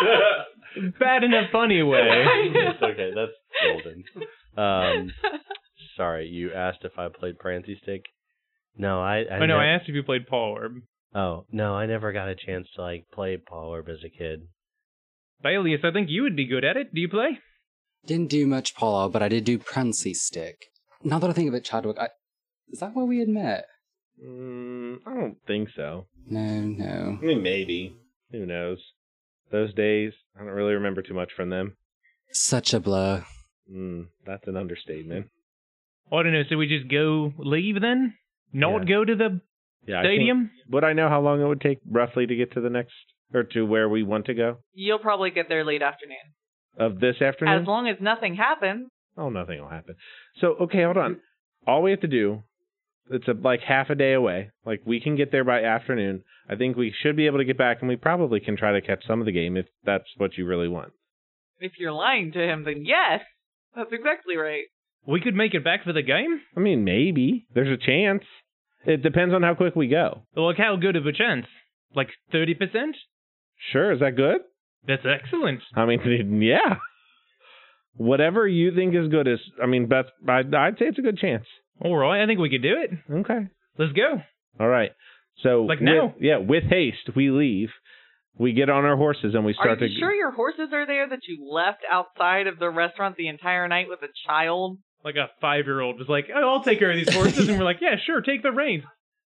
S6: Bad in a funny way.
S5: It's okay, that's golden. Um, sorry, you asked if I played Prancy Stick. Oh, No, I. I
S6: I know.
S5: ne-
S6: Oh, I asked if you played Paul Orb.
S5: Oh no, I never got a chance to like play Paul Orb as a kid.
S6: Bailius, I think you would be good at it. Do you play?
S4: Didn't do much polo, but I did do prancy stick. Now that I think of it, Chadwick, I, is that where we had met?
S3: Mm, I don't think so.
S4: No, no.
S3: I mean, maybe. Who knows? Those days, I don't really remember too much from them.
S4: Such a blur.
S3: Mm, that's an understatement.
S6: I don't know. So we just go leave then? Not
S3: Yeah.
S6: go to the
S3: Yeah. I think-
S6: stadium?
S3: Would I know how long it would take roughly to get to the next or to where we want to go
S2: You'll probably get there late afternoon.
S3: of this afternoon?
S2: As long as nothing happens.
S3: oh, nothing will happen. So okay, hold on. All we have to do, it's a, like half a day away. Like we can get there by afternoon. I think we should be able to get back, and we probably can try to catch some of the game if that's what you really want.
S2: If you're lying to him, then yes. That's exactly right.
S6: We could make it back for the game?
S3: I mean, maybe there's a chance. It depends on how quick we go.
S6: Like, how good of a chance? Like 30%?
S3: Sure, is that good?
S6: That's excellent.
S3: I mean, yeah. Whatever you think is good is, I mean, best. I'd, I'd say it's a good chance.
S6: All right. I think we could do it.
S3: Okay.
S6: Let's go.
S3: All right. So
S6: Like
S3: with-
S6: now?
S3: yeah, with haste we leave. We get on our horses and we
S2: Are
S3: start
S2: you
S3: to
S2: sure your horses are there that you left outside of the restaurant the entire night with a child?
S6: like a five year old was like, oh, I'll take care of these horses. and we're like, yeah, sure, take the reins.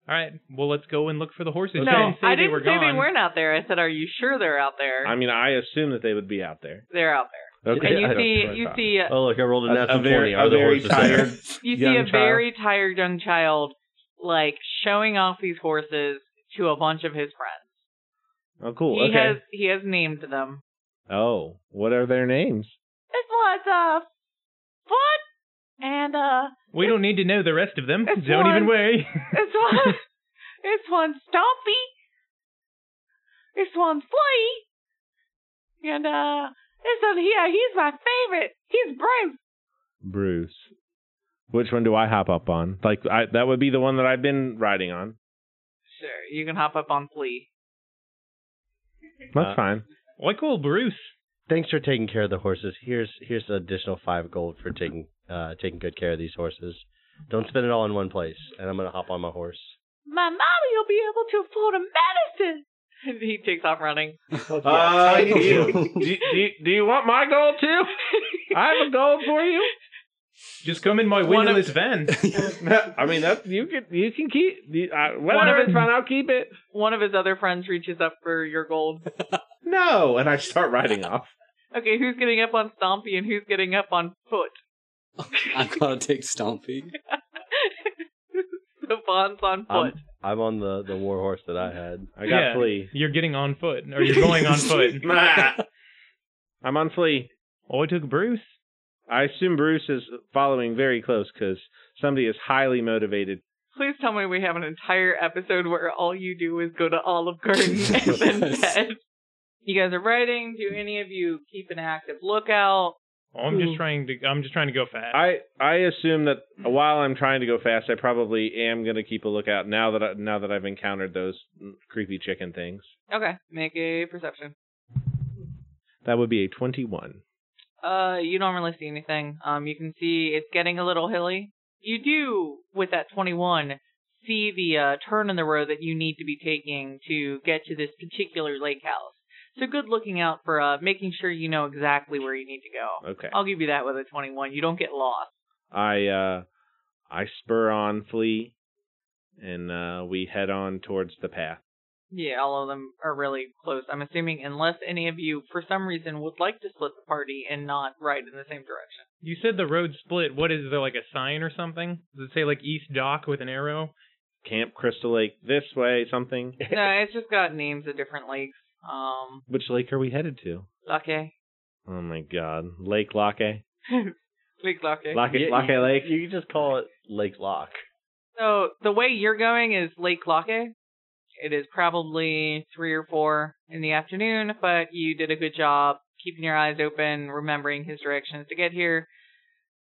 S6: All right, well, let's go and look for the horses.
S3: Okay.
S6: You
S2: No,
S6: didn't say
S2: I
S6: they
S2: didn't
S6: were
S2: say
S6: gone.
S2: they weren't out there. I said, "Are you sure they're out there?"
S3: I mean, I assume that they would be out there.
S2: they're out there.
S3: Okay.
S2: and you
S3: that's what I
S2: see, you
S3: thought.
S2: see, a-
S5: Oh look, I rolled a
S3: A-
S5: natural
S3: a
S5: twenty.
S3: very- a
S5: Are the
S3: very
S5: horses there?
S3: tired-
S2: you see
S3: young
S2: a
S3: child.
S2: very tired young child like showing off these horses to a bunch of his friends.
S3: Oh, cool.
S2: He
S3: okay.
S2: has he has named them.
S3: Oh, what are their names?
S2: It's what's uh, what and uh,
S6: We don't need to know the rest of them.
S2: It's
S6: don't
S2: one.
S6: even worry.
S2: It's one. it's one Stompy. It's one Flea. And uh, this one here, he's my favorite. He's Bruce.
S3: Bruce. Which one do I hop up on? Like I, that would be the one that I've been riding on.
S2: Sure, you can hop up on Flea.
S3: That's
S5: Uh,
S3: fine.
S6: Why, cool, Bruce.
S5: Thanks for taking care of the horses. Here's here's an additional five gold for taking uh taking good care of these horses. Don't spend it all in one place. And I'm gonna hop on my horse.
S2: My mommy will be able to afford a medicine. And he takes off running.
S7: Uh,
S3: do,
S7: you.
S3: you, do, you- do you want my gold too?
S2: Uh,
S3: I have a gold for you.
S7: Just come in my
S3: One of-
S7: windowless van.
S3: I mean, that you can you can keep you- uh, whatever.
S2: One of-
S3: It's fine. I'll keep it.
S2: One of his other friends reaches up for your gold.
S3: No, and I start riding off.
S2: Okay, who's getting up on Stompy and who's getting up on foot?
S4: I'm gonna take Stompy.
S2: The Vaughn's on
S5: I'm,
S2: foot.
S5: I'm on the the war horse that I had.
S3: I got
S6: Yeah.
S3: flea.
S6: You're getting on foot, or you're going on foot.
S3: I'm on flea.
S6: Oh, I took Bruce.
S3: I assume Bruce is following very close because somebody is highly motivated.
S2: Please tell me we have an entire episode where all you do is go to Olive Garden and then
S4: Yes.
S2: bed. You guys are writing. Do any of you keep an active lookout?
S6: Oh, I'm just
S2: Ooh.
S6: trying to. I'm just trying to go fast.
S3: I I assume that while I'm trying to go fast, I probably am going to keep a lookout now that I, now that I've encountered those creepy chicken things.
S2: Okay, make a perception.
S3: That would be a twenty-one.
S2: Uh, you don't really see anything. Um, you can see it's getting a little hilly. You do, with that 21, see the uh, turn in the road that you need to be taking to get to this particular lake house. So good looking out for uh, making sure you know exactly where you need to go.
S3: Okay.
S2: I'll give you that with a 21. You don't get lost.
S3: I uh I spur on Flea and uh we head on towards the path.
S2: Yeah, all of them are really close. I'm assuming, unless any of you, for some reason, would like to split the party and not ride in the same direction.
S6: you said the road split. What is there like a sign or something? Does it say like East Dock with an arrow?
S3: Camp Crystal Lake this way, something.
S2: no, it's just got names of different lakes. Um,
S3: Which lake are we headed to?
S2: Lake.
S3: Oh my god. Lake Lake.
S2: Lake Lake.
S3: Lake
S5: You-
S3: Lake
S5: you-
S3: Lake.
S5: You can just call it Lake Lock.
S2: So the way you're going is Lake Lake. It is probably three or four in the afternoon, but you did a good job keeping your eyes open, remembering his directions to get here,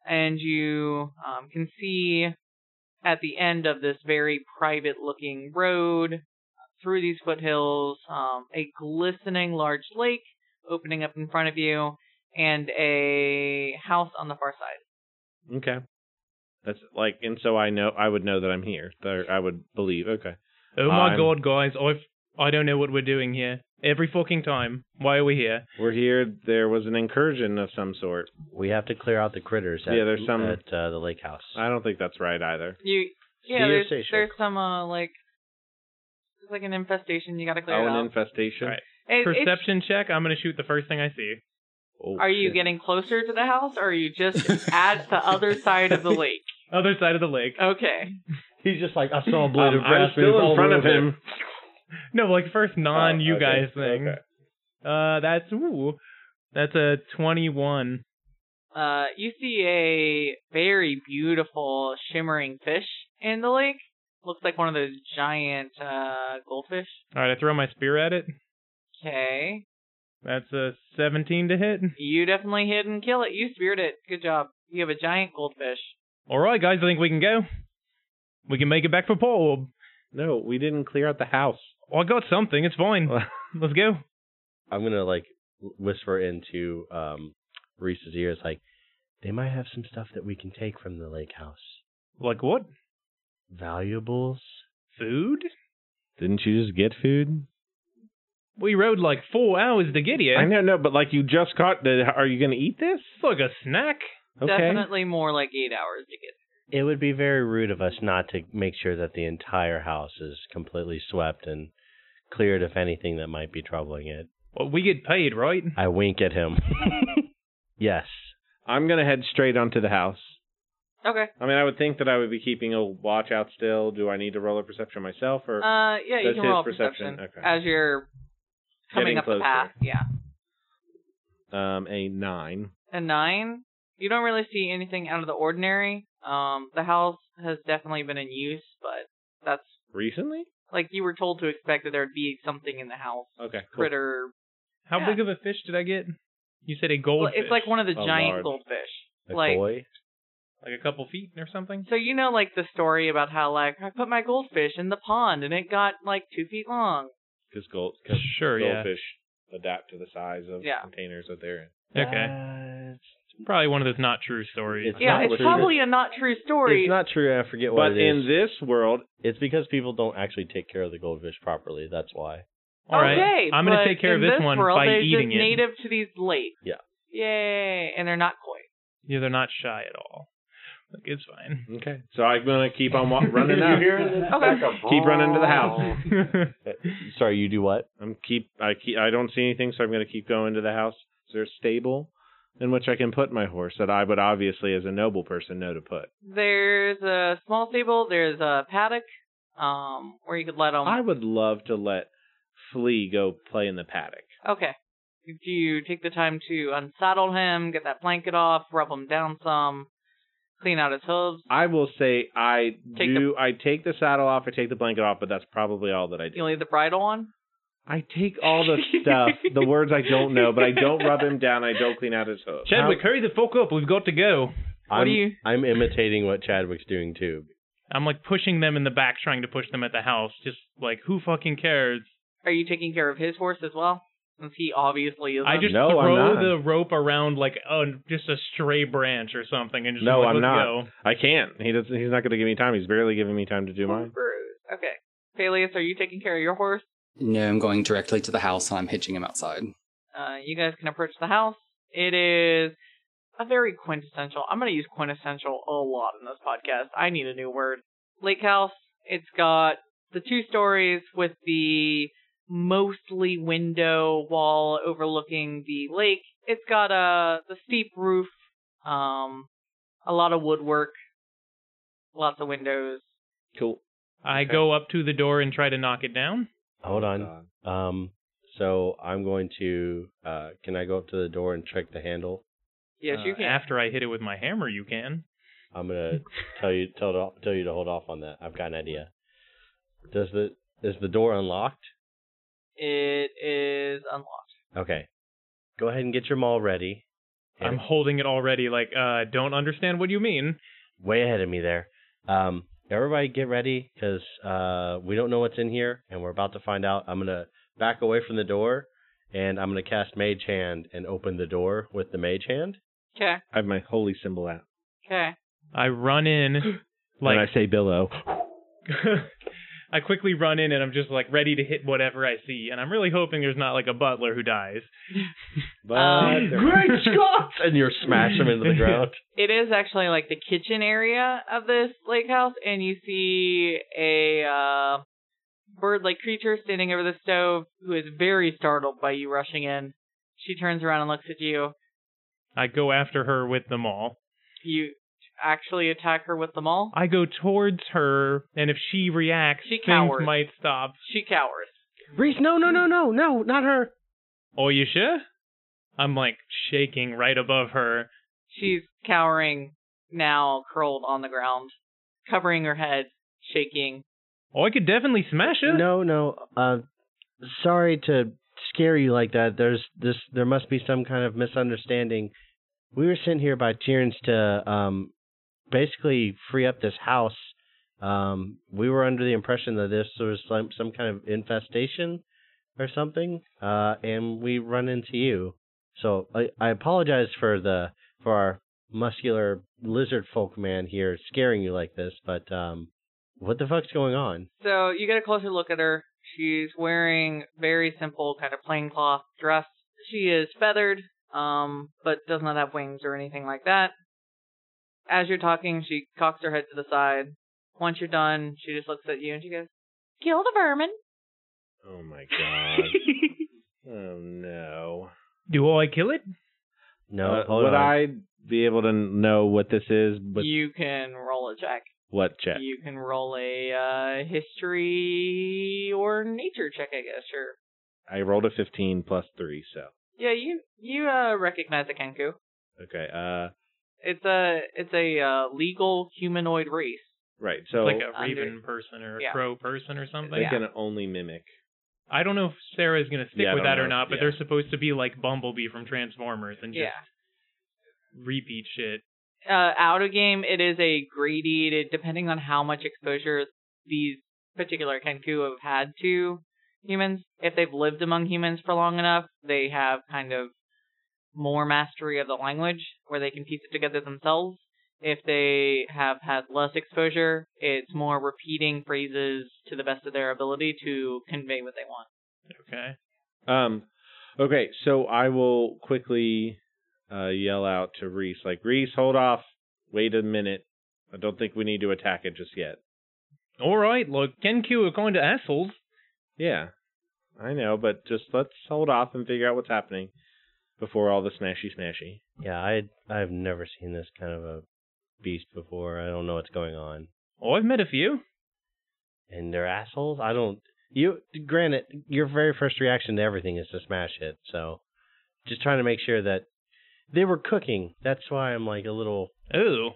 S2: and you um, can see at the end of this very private-looking road through these foothills um, a glistening large lake opening up in front of you, and a house on the far side.
S3: Okay. That's like and so I know I would know that I'm here. There I would believe. Okay.
S6: Oh my
S3: I'm-
S6: god, guys! I've I don't know what we're doing here. Every fucking time. Why are we here?
S3: We're here. There was an incursion of some sort.
S5: We have to clear out the critters at,
S3: Yeah, there's some-
S5: at uh, the lake house.
S3: I don't think that's right either.
S2: You
S5: Sea
S2: yeah,
S5: or
S2: there's
S5: sea shark?
S2: there's some uh like it's like an infestation. You gotta clear
S3: Oh,
S2: it
S3: an
S2: out.
S3: infestation.
S6: Right.
S2: It- it's-
S6: Perception check. I'm gonna shoot the first thing I see.
S3: Oh,
S2: are you
S3: shit.
S2: getting closer to the house, or are you just at the other side of the lake?
S6: Other side of the lake.
S3: Oh.
S2: Okay.
S5: He's just like I saw a
S3: Um, I'm still in front of him.
S6: No, like first non
S3: Oh,
S6: you
S3: okay,
S6: guys thing.
S3: okay.
S6: Uh, that's ooh, that's a twenty-one.
S2: Uh, you see a very beautiful shimmering fish in the lake. Looks like one of those giant uh goldfish.
S6: All right, I throw my spear at it.
S2: Okay.
S6: That's a seventeen to hit.
S2: You definitely hit and kill it. You speared it. Good job. You have a giant goldfish.
S6: All right, guys, I think we can go. We can make it back for Paul.
S3: No, we didn't clear out the house.
S6: I got something. It's fine. Let's go.
S5: I'm gonna like whisper into um, Reese's ears like they might have some stuff that we can take from the lake house.
S6: Like what?
S5: Valuables.
S6: Food?
S3: Didn't you just get food?
S6: We rode like four hours to get here.
S3: I know, no, but like you just caught the. Are you going to eat this?
S6: It's like a snack.
S3: Okay.
S2: Definitely more like eight hours to get.
S5: It would be very rude of us not to make sure that the entire house is completely swept and cleared of anything that might be troubling it.
S6: Well, we get paid, right?
S5: I wink at him. yes.
S3: I'm going to head straight onto the house.
S2: Okay.
S3: I mean, I would think that I would be keeping a watch out still. Do I need to roll a perception myself or?
S2: Uh, yeah, you
S3: That's
S2: can
S3: his
S2: roll a
S3: perception,
S2: perception,
S3: okay.
S2: as you're coming
S3: Getting
S2: up
S3: closer.
S2: the path. Yeah, Uh,
S3: um, a nine.
S2: a nine. You don't really see anything out of the ordinary. Um, the house has definitely been in use, but that's
S3: Recently?
S2: like you were told to expect that there'd be something in the house,
S3: Okay. Cool.
S2: critter.
S6: How
S2: Yeah.
S6: big of a fish did I get? You said a
S2: Well,
S6: goldfish.
S2: it's like one of the
S3: Oh,
S2: giant
S3: large.
S2: goldfish.
S5: A
S2: like
S5: toy.
S6: like a couple feet or something.
S2: so, you know, like the story about how like I put my goldfish in the pond and it got like two feet long.
S3: Because gold. 'cause
S6: Sure, yeah.
S3: goldfish adapt to the size of
S2: Yeah.
S3: containers that they're in.
S2: uh,
S6: Okay. Probably one of those not true stories.
S5: It's
S2: Yeah,
S5: not
S2: it's
S5: true.
S2: probably a not true story.
S5: It's not true. I forget what
S3: But
S5: it is.
S3: in this world,
S5: it's because people don't actually take care of the goldfish properly. That's why.
S6: All right.
S2: Okay,
S6: I'm gonna
S2: but
S6: take care of
S2: in
S6: this one
S2: world,
S6: by
S2: they're
S6: eating
S2: just
S6: it.
S2: native to these lakes.
S5: Yeah.
S2: Yay, and they're not koi.
S6: Yeah, they're not shy at all. Look, it's fine.
S3: okay. So I'm gonna keep on wa- running out here.
S2: Okay.
S3: Keep running to the house.
S5: Sorry, you do what?
S3: I'm keep. I keep. I don't see anything, so I'm gonna keep going to the house. Is there a stable in which I can put my horse that I would obviously, as a noble person, know to put?
S2: There's a small stable. There's a paddock, um, where you could let them.
S3: I would love to let Flea go play in the paddock.
S2: Okay. Do you take the time to unsaddle him, get that blanket off, rub him down some, clean out his hooves?
S3: I will say I
S2: Take
S3: do. I take the saddle off. I take the blanket off, but that's probably all that I do.
S2: You leave the bridle on?
S3: I take all the stuff, the words I don't know, but I don't rub him down. I don't clean out his hoof.
S6: Chadwick, hurry the fuck up. We've got to go.
S5: I'm,
S2: What do you-
S5: I'm imitating what Chadwick's doing too.
S6: I'm like pushing them in the back, trying to push them at the house. Just like, who fucking cares?
S2: Are you taking care of his horse as well? Since he obviously is.
S6: I just
S3: No, I'm
S6: throw
S3: not.
S6: the rope around like uh, just a stray branch or something and just
S3: No,
S6: like,
S3: I'm
S6: let's
S3: not.
S6: go.
S3: I can't. He doesn't. He's not going to give me time. He's barely giving me time to do mine.
S2: Okay. Peleus, are you taking care of your horse?
S4: No, I'm going directly to the house and I'm hitching him outside.
S2: Uh, you guys can approach the house. It is a very quintessential. I'm going to use quintessential a lot in this podcast. I need a new word. Lake house. It's got the two stories with the mostly window wall overlooking the lake. It's got a the steep roof, um, a lot of woodwork, lots of windows.
S3: Cool.
S6: I
S3: Okay.
S6: go up to the door and try to knock it down.
S5: Hold on. Um, so I'm going to. Uh, can I go up to the door and check the handle?
S2: Yes,
S6: Uh,
S2: you can.
S6: After I hit it with my hammer, you can.
S5: I'm gonna tell you tell to- tell you to hold off on that. I've got an idea. Does the is the door unlocked?
S2: it is unlocked.
S5: Okay. Go ahead and get your maul ready.
S6: I'm
S5: And-
S6: holding it already. Like, uh, don't understand what you mean.
S5: way ahead of me there. Um, everybody get ready because uh, we don't know what's in here and we're about to find out. I'm gonna back away from the door and I'm gonna cast Mage Hand and open the door with the Mage Hand.
S2: Okay.
S3: I have my holy symbol out.
S2: Okay.
S6: I run in, like
S3: and I say billow.
S6: I quickly run in and I'm just like ready to hit whatever I see, and I'm really hoping there's not like a butler who dies.
S3: But
S2: Um,
S3: there-
S5: Great Scott! And you smash him into the ground.
S2: it is actually like the kitchen area of this lake house, and you see a uh, bird-like creature standing over the stove, who is very startled by you rushing in. She turns around and looks at you.
S6: I go after her with the maul.
S2: You actually attack her with the maul.
S6: I go towards her, and if she reacts,
S2: She
S6: things
S2: cowers.
S6: might stop.
S2: She cowers.
S5: Reese, no, no, no, no, no, not her.
S6: Oh, you sure? I'm like shaking right above her.
S2: She's cowering now, curled on the ground, covering her head, shaking.
S6: Oh, I could definitely smash her.
S5: No, no. Uh, sorry to scare you like that. There's this. There must be some kind of misunderstanding. We were sent here by Tyrans to um, basically free up this house. Um, we were under the impression that this was some some kind of infestation or something, uh, and we run into you. So I, I apologize for the for our muscular lizard folk man here scaring you like this, but um, what the fuck's going on?
S2: So you get a closer look at her. She's wearing very simple kind of plain cloth dress. She is feathered, um, but does not have wings or anything like that. As you're talking, she cocks her head to the side. Once you're done, she just looks at you and she goes, "Kill the vermin."
S3: oh my god. oh no.
S6: Do I kill it?
S5: No,
S3: Uh,
S5: hold
S3: would
S5: on.
S3: I be able to know what this is? With
S2: you can roll a check.
S3: what check?
S2: You can roll a uh, history or nature check, I guess. Sure.
S3: I rolled a 15 plus three, so
S2: Yeah, you you uh, recognize a kenku.
S3: okay. Uh,
S2: It's a it's a uh, legal humanoid race.
S3: right. So
S6: like a
S2: Under-
S6: raven person or a
S2: Yeah.
S6: crow person or something?
S3: they
S2: yeah.
S3: can only mimic.
S6: I don't know if Sarah's gonna stick
S3: Yeah, I
S6: with
S3: don't
S6: that or
S3: know.
S6: not, but
S3: Yeah.
S6: they're supposed to be like Bumblebee from Transformers and just repeat shit.
S2: uh, out of game, it is a gradated depending on how much exposure these particular Kenku have had to humans. If they've lived among humans for long enough, they have kind of more mastery of the language where they can piece it together themselves. If they have had less exposure, it's more repeating phrases to the best of their ability to convey what they want.
S6: Okay.
S3: Um, okay, so I will quickly uh, yell out to Reese, like, Reese, hold off. Wait a minute. I don't think we need to attack it just yet.
S6: All right, look, Kenkyu are kind of assholes.
S3: Yeah, I know, but just let's hold off and figure out what's happening before all the smashy smashy.
S5: Yeah, I I've never seen this kind of a beast before. I don't know what's going on.
S6: Oh, I've met a few.
S5: And they're assholes. I don't. You granted, your very first reaction to everything is to smash it. So, just trying to make sure that they were cooking. That's why I'm like a little.
S6: Oh.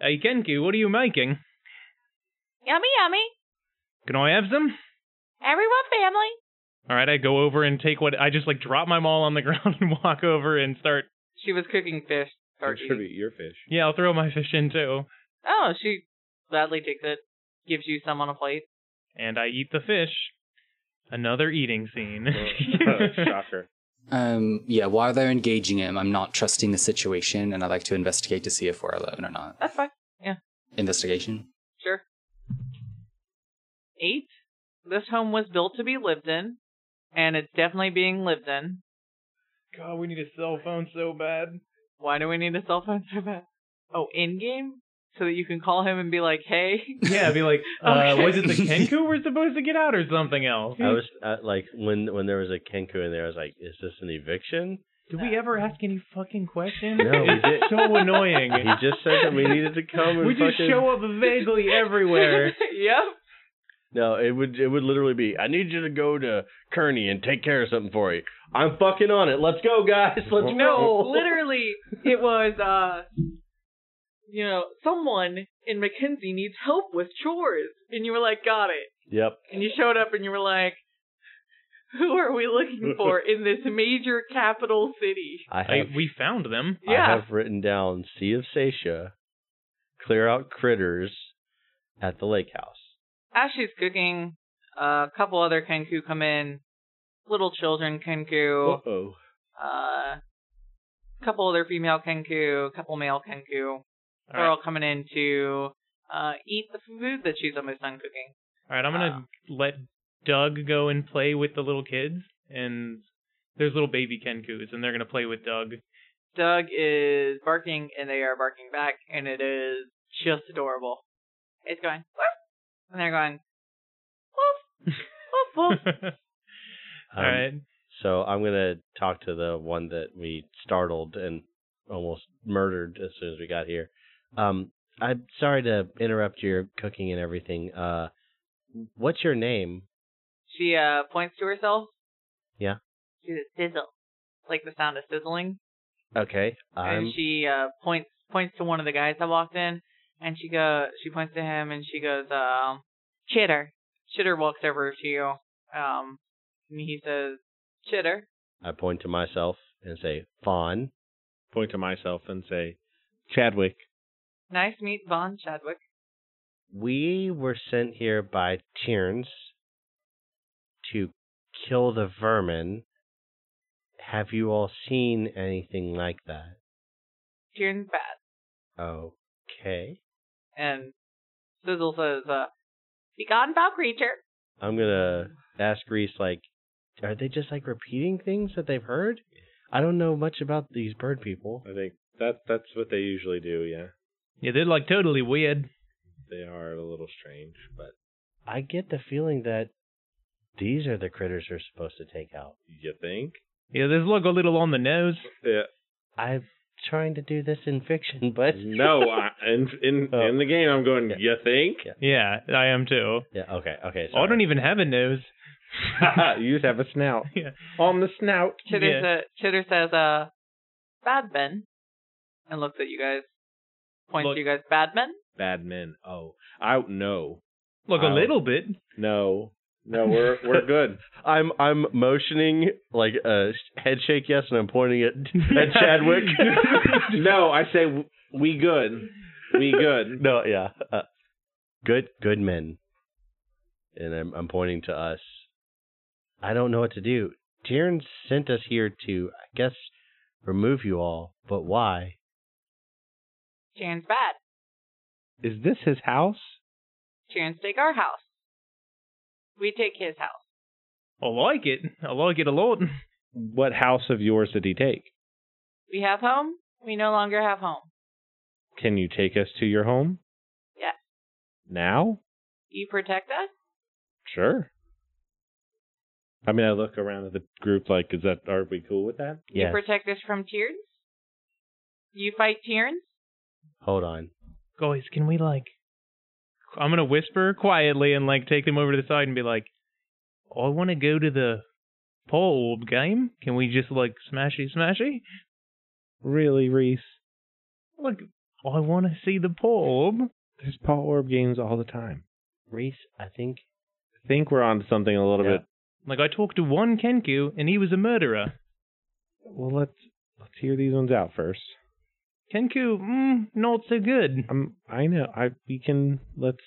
S6: Hey, Kenkyu, what are you making?
S2: Yummy, yummy.
S6: Can I have some?
S2: Everyone, family.
S6: All right, I go over and take what I just like drop my maul on the ground and walk over and start.
S2: She was cooking fish. Turkey.
S3: Contribute your fish.
S6: Yeah, I'll throw my fish in too.
S2: Oh, she gladly takes it, gives you some on a plate.
S6: And I eat the fish. Another eating scene.
S3: Shocker.
S4: Um, yeah, while they're engaging him, I'm not trusting the situation, and I like to investigate to see if we're alone or not.
S2: That's fine.
S4: Investigation.
S2: Sure. Eight. This home was built to be lived in, and it's definitely being lived in.
S6: God, we need a cell phone so bad.
S2: Why do we need a cell phone so bad? Oh, in game? So that you can call him and be like, hey.
S6: Yeah, be like, uh,
S2: Okay.
S6: was it the Kenku we're supposed to get out or something else?
S5: I was uh, like when when there was a Kenku in there, I was like, is this an eviction?
S6: Did we ever ask any fucking questions?
S5: No, we
S6: it's
S5: did.
S6: so annoying.
S5: He just said that we needed to come and
S6: we just
S5: fucking-
S6: show up vaguely everywhere.
S2: yep.
S5: No, it would it would literally be. I need you to go to Kearney and take care of something for you. I'm fucking on it. Let's go, guys. Let's
S2: No,
S5: go.
S2: literally, it was, uh, you know, someone in Mackenzie needs help with chores. And you were like, got it.
S5: Yep.
S2: And you showed up and you were like, who are we looking for in this major capital city?
S5: I have,
S6: I, we found them.
S5: I
S2: Yeah.
S5: have written down Sea of Satia, clear out critters at the lake house.
S2: as she's cooking, a couple other kenku come in, little children kenku,
S5: oh.
S2: uh, a couple other female kenku, a couple male kenku. They're all coming in to uh, eat the food that she's almost done cooking.
S6: All right, I'm gonna let Doug go and play with the little kids, and there's little baby Kenkus, and they're gonna play with Doug.
S2: Doug is barking, and they are barking back, and it is just adorable. It's going, woof, and they're going, woof, woof,
S3: Oh.
S2: woof.
S3: Um,
S6: All
S5: Um,
S6: right,
S5: So I'm gonna talk to the one that we startled and almost murdered as soon as we got here. Um, I'm sorry to interrupt your cooking and everything. Uh, what's your name?
S2: She uh, points to herself.
S5: Yeah.
S2: She says, sizzle, like the sound of sizzling.
S5: Okay, I'm
S2: and she uh, points points to one of the guys that walked in, and she go she points to him and she goes, um, Chitter. Chitter walks over to you, um, and he says, Chitter.
S5: I point to myself and say, Fawn.
S3: Point to myself and say, Chadwick.
S2: Nice meet Von Chadwick.
S5: We were sent here by Tyrns to kill the vermin. Have you all seen anything like that?
S2: Tyrion's bad.
S5: Okay.
S2: And Sizzle says, uh, Begone, foul creature.
S5: I'm gonna ask Reese like, are they just like repeating things that they've heard? I don't know much about these bird people.
S3: I think that that's what they usually do, yeah.
S6: yeah, they're like totally weird.
S3: They are a little strange, but
S5: I get the feeling that these are the critters we're supposed to take out.
S3: you think?
S6: Yeah, there's look a little on the nose.
S3: Yeah.
S5: I'm trying to do this in fiction, but
S3: No, I, in in
S5: Oh.
S3: in the game, I'm going.
S5: Yeah.
S3: You think?
S6: Yeah, I am too.
S5: yeah, okay, okay.
S6: Oh, I don't even have a nose.
S3: you just have a snout
S6: Yeah.
S3: on the snout.
S2: Chitter,
S6: Yeah.
S2: sa- Chitter says, uh, Bad men. And looks at you guys. Points
S6: Look-
S2: to you guys, Bad men.
S3: Bad men. Oh, I no,
S6: Look a
S3: Wow.
S6: little bit.
S3: no, no. We're we're good.
S5: I'm I'm motioning like a head shake yes, and I'm pointing at at Chadwick.
S3: no, I say w- we good. We good.
S5: no, yeah, uh, good good men, and I'm I'm pointing to us. I don't know what to do. Tyrion sent us here to, I guess, remove you all, but why?
S2: Chan's bad.
S3: Is this his house?
S2: Chan's take our house. We take his house.
S6: I like it. I like it a lot.
S3: What house of yours did he take?
S2: We have home. We no longer have home.
S3: Can you take us to your home?
S2: Yes.
S3: Now?
S2: You protect us?
S3: Sure. I mean, I look around at the group like, is that, are we cool with that?
S2: You
S5: Yes.
S2: protect us from Tyrns? You fight Tyrns?
S5: Hold on.
S6: Guys, can we like? I'm gonna whisper quietly and like take them over to the side and be like, "I want to go to the pole game. Can we just like smashy smashy?
S3: Really, Reese?
S6: Look, I want to see the pole.
S3: There's Paul Orb games all the time.
S5: Reese, I think.
S3: I think we're onto something a little
S5: Yeah.
S3: bit.
S6: Like I talked to one Kenku and he was a murderer.
S3: Well, let's let's hear these ones out first.
S6: Kenku, mm, not so good.
S3: Um, I know. I we can let's.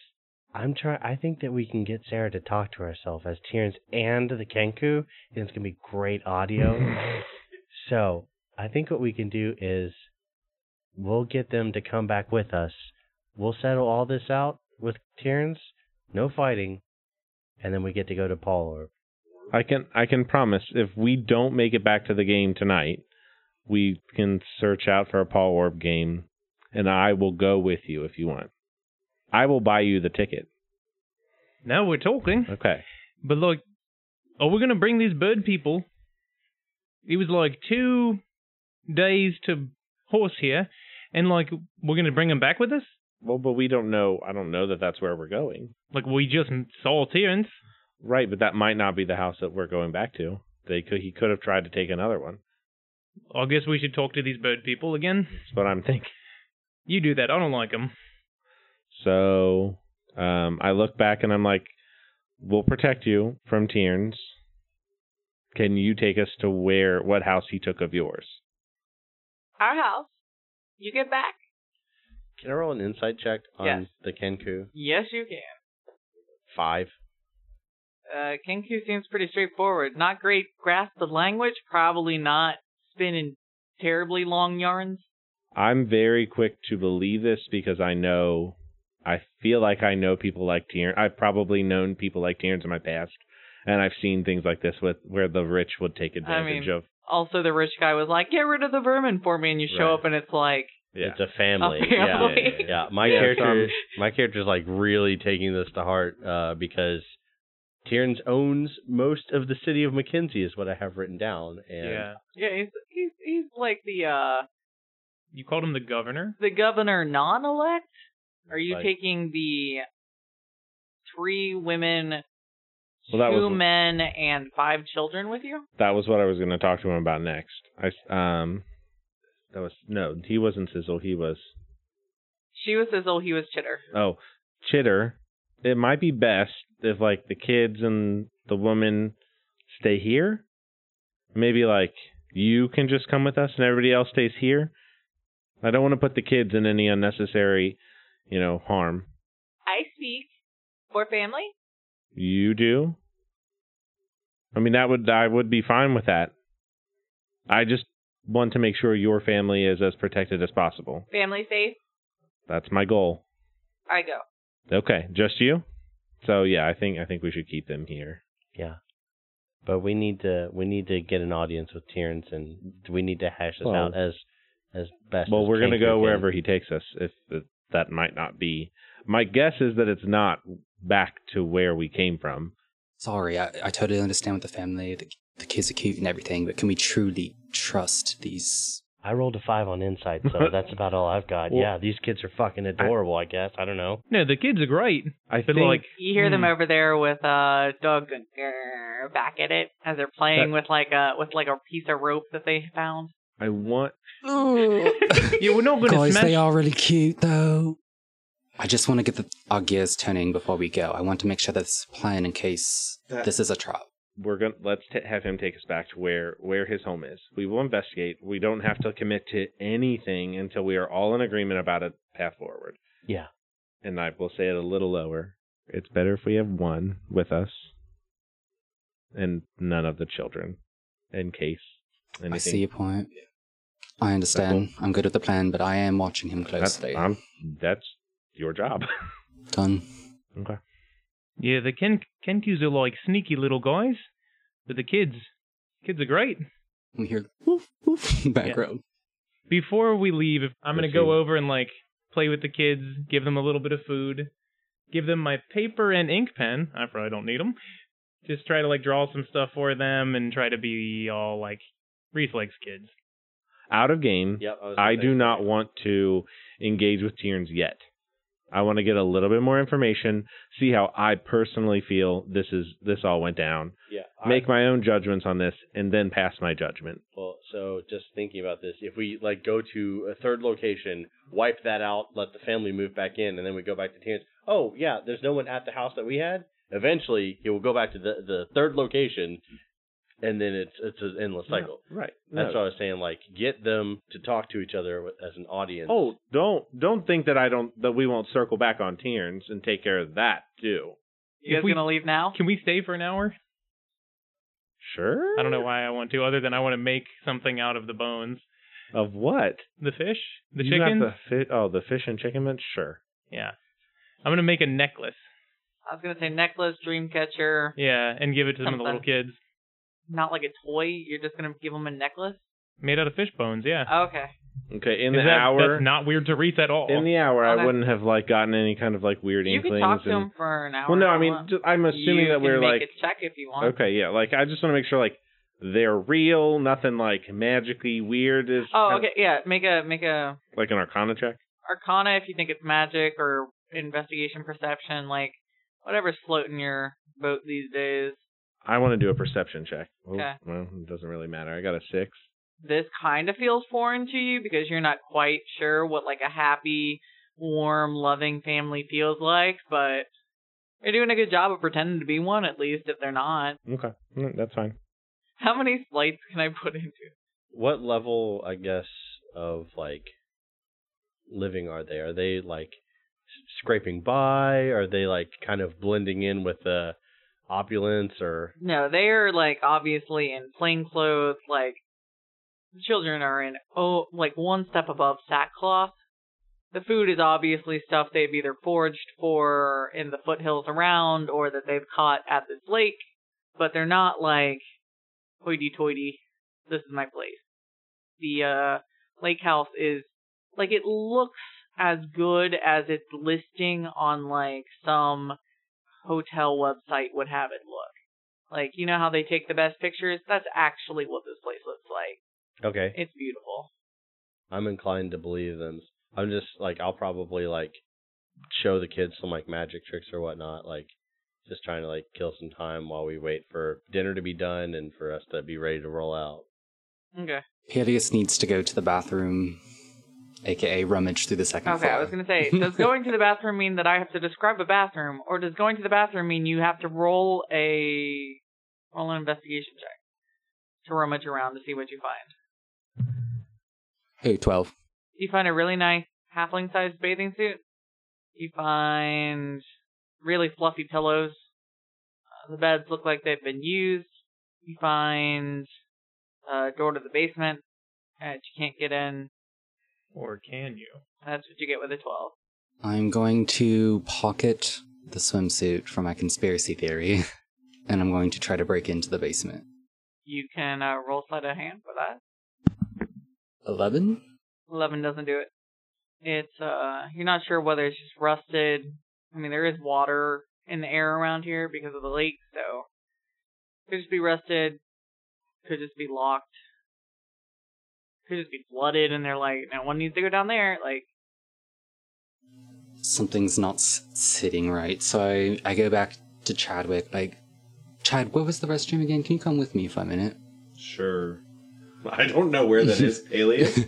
S5: I'm trying. I think that we can get Sarah to talk to herself as Tyrion's and the Kenku, and it's gonna be great audio. so I think what we can do is, we'll get them to come back with us. We'll settle all this out with Tyrion's, no fighting, and then we get to go to Paul. Or
S3: I can I can promise if we don't make it back to the game tonight, we can search out for a Paul Orb game, and I will go with you if you want. I will buy you the ticket.
S6: Now we're talking.
S3: Okay.
S6: But like, are we gonna bring these bird people? It was like two days to horse here, and like we're gonna bring them back with us.
S3: Well, but we don't know. I don't know that that's where we're going.
S6: Like we just saw Terrence.
S3: Right, but that might not be the house that we're going back to. They could he could have tried to take another one.
S6: I guess we should talk to these bird people again.
S3: That's what I'm thinking.
S6: You do that. I don't like them.
S3: So um, I look back and I'm like, we'll protect you from Tierns. Can you take us to where, what house he took of yours?
S2: Our house. You get back?
S5: can I roll an insight check on
S2: Yes.
S5: the Kenku?
S2: Yes, you can.
S5: Five.
S2: Uh, Kenku seems pretty straightforward. Not great grasp of language. Probably not spinning terribly long yarns.
S3: I'm very quick to believe this because I know, I feel like I know people like Tierns. I've probably known people like Tierns in my past. And I've seen things like this with where the rich would take advantage
S2: mean,
S3: of.
S2: Also, the rich guy was like, "Get rid of the vermin for me," and you show
S3: Right.
S2: up, and it's like,
S3: Yeah.
S5: It's a family.
S2: A family.
S5: Yeah, yeah, yeah. My
S3: Yeah,
S5: character,
S3: some-
S5: my character's like really taking this to heart uh, because Tyrns owns most of the city of Mackenzie, is what I have written down. And
S6: Yeah.
S2: yeah, he's he's he's like the uh
S6: You called him the governor.
S2: the governor non-elect. Are you
S5: Like-
S2: taking the three women,
S3: Well, that
S2: two
S3: was-
S2: men, and five children with you?
S3: That was what I was going to talk to him about next. I s- um, that was no, he wasn't Sizzle. He was
S2: She was Sizzle, he was Chitter.
S3: oh chitter it might be best if like the kids and the woman stay here maybe like you can just come with us and everybody else stays here i don't want to put the kids in any unnecessary you know harm
S2: I speak for family.
S3: you do i mean that would i would be fine with that i just want to make sure your family is as protected as possible
S2: Family safe.
S3: that's my goal
S2: I go.
S3: okay just you so yeah i think i think we should keep them here
S5: yeah. But we need to we need to get an audience with Tyrns, and we need to hash this
S3: Well-
S5: out as as best.
S3: Well,
S5: as
S3: we're going to
S5: Kenku
S3: go
S5: can.
S3: wherever he takes us. If if that might not be, my guess is that it's not back to where we came from.
S4: Sorry, I, I totally understand with the family, the, the kids are cute and everything, but can we truly trust these?
S5: I rolled a five on insight, so that's about all I've got.
S3: Well-
S5: yeah, these kids are fucking adorable. I, guess I don't know.
S6: No, the kids are great.
S3: I
S6: But
S3: think
S6: like,
S2: You hear them
S6: Hmm.
S2: over there with uh Doug Grr, back at it as they're playing with like a with like a piece of rope that they found.
S3: I want.
S6: yeah, we're not gonna
S4: Guys,
S6: smash.
S4: they are really cute though. I just want to get the, our gears turning before we go. I want to make sure that this is planned in case
S7: That-
S4: this is a trap.
S3: We're going. to Let's t- have him take us back to where where his home is. We will investigate. We don't have to commit to anything until we are all in agreement about a path forward.
S5: Yeah.
S3: And I will say it a little lower. It's better if we have one with us. and none of the children, in case anything.
S4: I see your point. I understand. I'm good with the plan, but I am watching him
S3: That's,
S4: closely.
S3: I'm, that's your job.
S4: Done.
S3: okay.
S6: Yeah, the Ken Kenkus are like sneaky little guys, but the kids, kids are great.
S4: We hear woof woof in the background.
S6: Before we leave, if- I'm gonna
S3: Let's
S6: go
S3: see.
S6: over and like play with the kids, give them a little bit of food, give them my paper and ink pen. I probably don't need them. Just try to like draw some stuff for them and try to be all like reflex kids.
S3: Out of game.
S5: Yep. was
S3: I
S5: gonna
S3: do
S5: say-
S3: not want to engage with Tierns yet. I want to get a little bit more information, see how I personally feel this is this all went down,
S5: Yeah.
S3: make my own judgments on this, and then pass my judgment.
S5: Well, so just thinking about this, if we like go to a third location, wipe that out, let the family move back in, and then we go back to Terrence. Oh yeah, there's no one at the house that we had. Eventually, he will go back to the the third location, and then it's it's an endless cycle.
S3: right.
S5: That's what I was saying. Like, get them to talk to each other with- as an audience.
S3: Oh, don't don't think that I don't that we won't circle back on Tierns and take care of that too.
S2: You
S6: If
S2: guys
S6: we-
S2: gonna leave now?
S6: Can we stay for an hour?
S3: Sure.
S6: I don't know why I want to, other than I want to make something out of the bones.
S3: Of what?
S6: The fish, the
S3: You got
S6: chickens.
S3: The fi- oh, the fish and chicken mince. Sure.
S6: Yeah, I'm gonna make a necklace.
S2: I was gonna say necklace, dream catcher.
S6: Yeah, and give it to some of the little
S2: Something.
S6: kids.
S2: Not like a toy. You're just gonna give them a necklace.
S6: Made out of fish bones. Yeah.
S2: Okay.
S3: Okay. In
S6: Is
S3: the
S6: that-
S3: hour.
S6: That's not weird to read at all.
S3: in the hour, I
S2: Okay.
S3: wouldn't have like gotten any kind of like weird
S2: You
S3: inklings.
S2: can talk to
S3: and,
S2: him for an hour.
S3: Well, no,
S2: if
S3: I
S2: you
S3: mean,
S2: want.
S3: ju- I'm assuming
S2: You
S3: that
S2: can
S3: we're
S2: make
S3: like,
S2: a check if you want.
S3: okay, yeah, like I just want to make sure like they're real, nothing like magically weird is.
S2: Oh,
S3: kind of-
S2: okay. Yeah, make a make a
S3: like an Arcana check.
S2: Arcana if you think it's magic or investigation, perception, like whatever's floating your boat these days.
S3: I want to do a perception check. Oh,
S2: Okay.
S3: Well, it doesn't really matter. I got a six.
S2: This kind of feels foreign to you because you're not quite sure what like a happy, warm, loving family feels like, but you're doing a good job of pretending to be one at least if they're not.
S3: Okay, Mm, that's fine.
S2: How many slights can I put into? it?
S5: what level i guess of like living are they are they like s- scraping by are they like kind of blending in with the opulence or
S2: No, they are like obviously in plain clothes, like the children are in oh like one step above sackcloth. The food is obviously stuff they've either foraged for in the foothills around or that they've caught at this lake, but they're not like hoity toity, this is my place. The uh lake house is like it looks as good as its listing on like some hotel website would have it look. Like, you know how they take the best pictures? That's actually what this place looks like.
S5: okay
S2: It's beautiful.
S5: i'm inclined to believe them i'm just like i'll probably like show the kids some like magic tricks or whatnot like just trying to like kill some time while we wait for dinner to be done and for us to be ready to roll out
S2: Okay.
S4: Pelias needs to go to the bathroom, aka rummage through the second
S2: Okay,
S4: floor.
S2: I was going to say, does going to the bathroom mean that I have to describe a bathroom? Or does going to the bathroom mean you have to roll a roll an investigation check to rummage around to see what you find?
S4: Hey, twelve.
S2: You find a really nice halfling sized bathing suit. You find really fluffy pillows. Uh, the beds look like they've been used. You find a door to the basement that you can't get in.
S6: or can you?
S2: That's what you get with a 12.
S4: I'm going to pocket the swimsuit for my conspiracy theory, and I'm going to try to break into the basement.
S2: You can uh, roll sleight of hand for that.
S4: Eleven.
S2: 11 doesn't do it. It's, uh, you're not sure whether it's just rusted. I mean, there is water in the air around here because of the lake, so could just be rusted, could just be locked, could just be flooded, and they're like, no one needs to go down there. Like,
S4: Something's not s- sitting right, so I, I go back to Chadwick. Like, Chad, what was the restroom again? Can you come with me for a minute?
S8: Sure. I don't know where that is, Alias.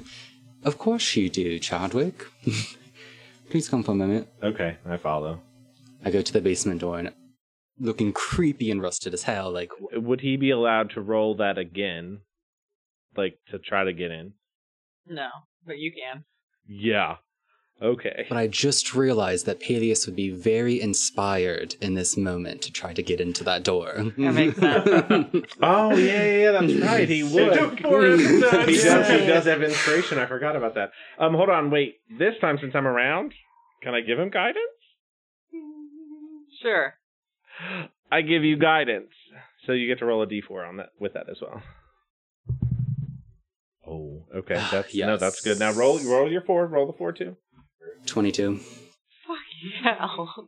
S4: Of course you do, Chadwick. Please come for a minute.
S3: Okay, I follow.
S4: I go to the basement door and looking creepy and rusted as hell, like
S3: Would he be allowed to roll that again, like to try to get in?
S2: no, but you can.
S3: Yeah. Okay.
S4: But I just realized that Peleus would be very inspired in this moment to try to get into that door.
S2: That makes sense.
S3: Oh yeah, yeah, yeah, that's right. He would. he does. He does have inspiration. I forgot about that. Um, hold on, wait. This time, since I'm around, can I give him guidance?
S2: sure.
S3: I give you guidance, so you get to roll a d4 on that with that as well. Oh, okay.
S4: Ah,
S3: That's no,
S4: yes.
S3: that's good. Now roll, roll your four. Roll the four too.
S4: 22.
S2: Fucking hell.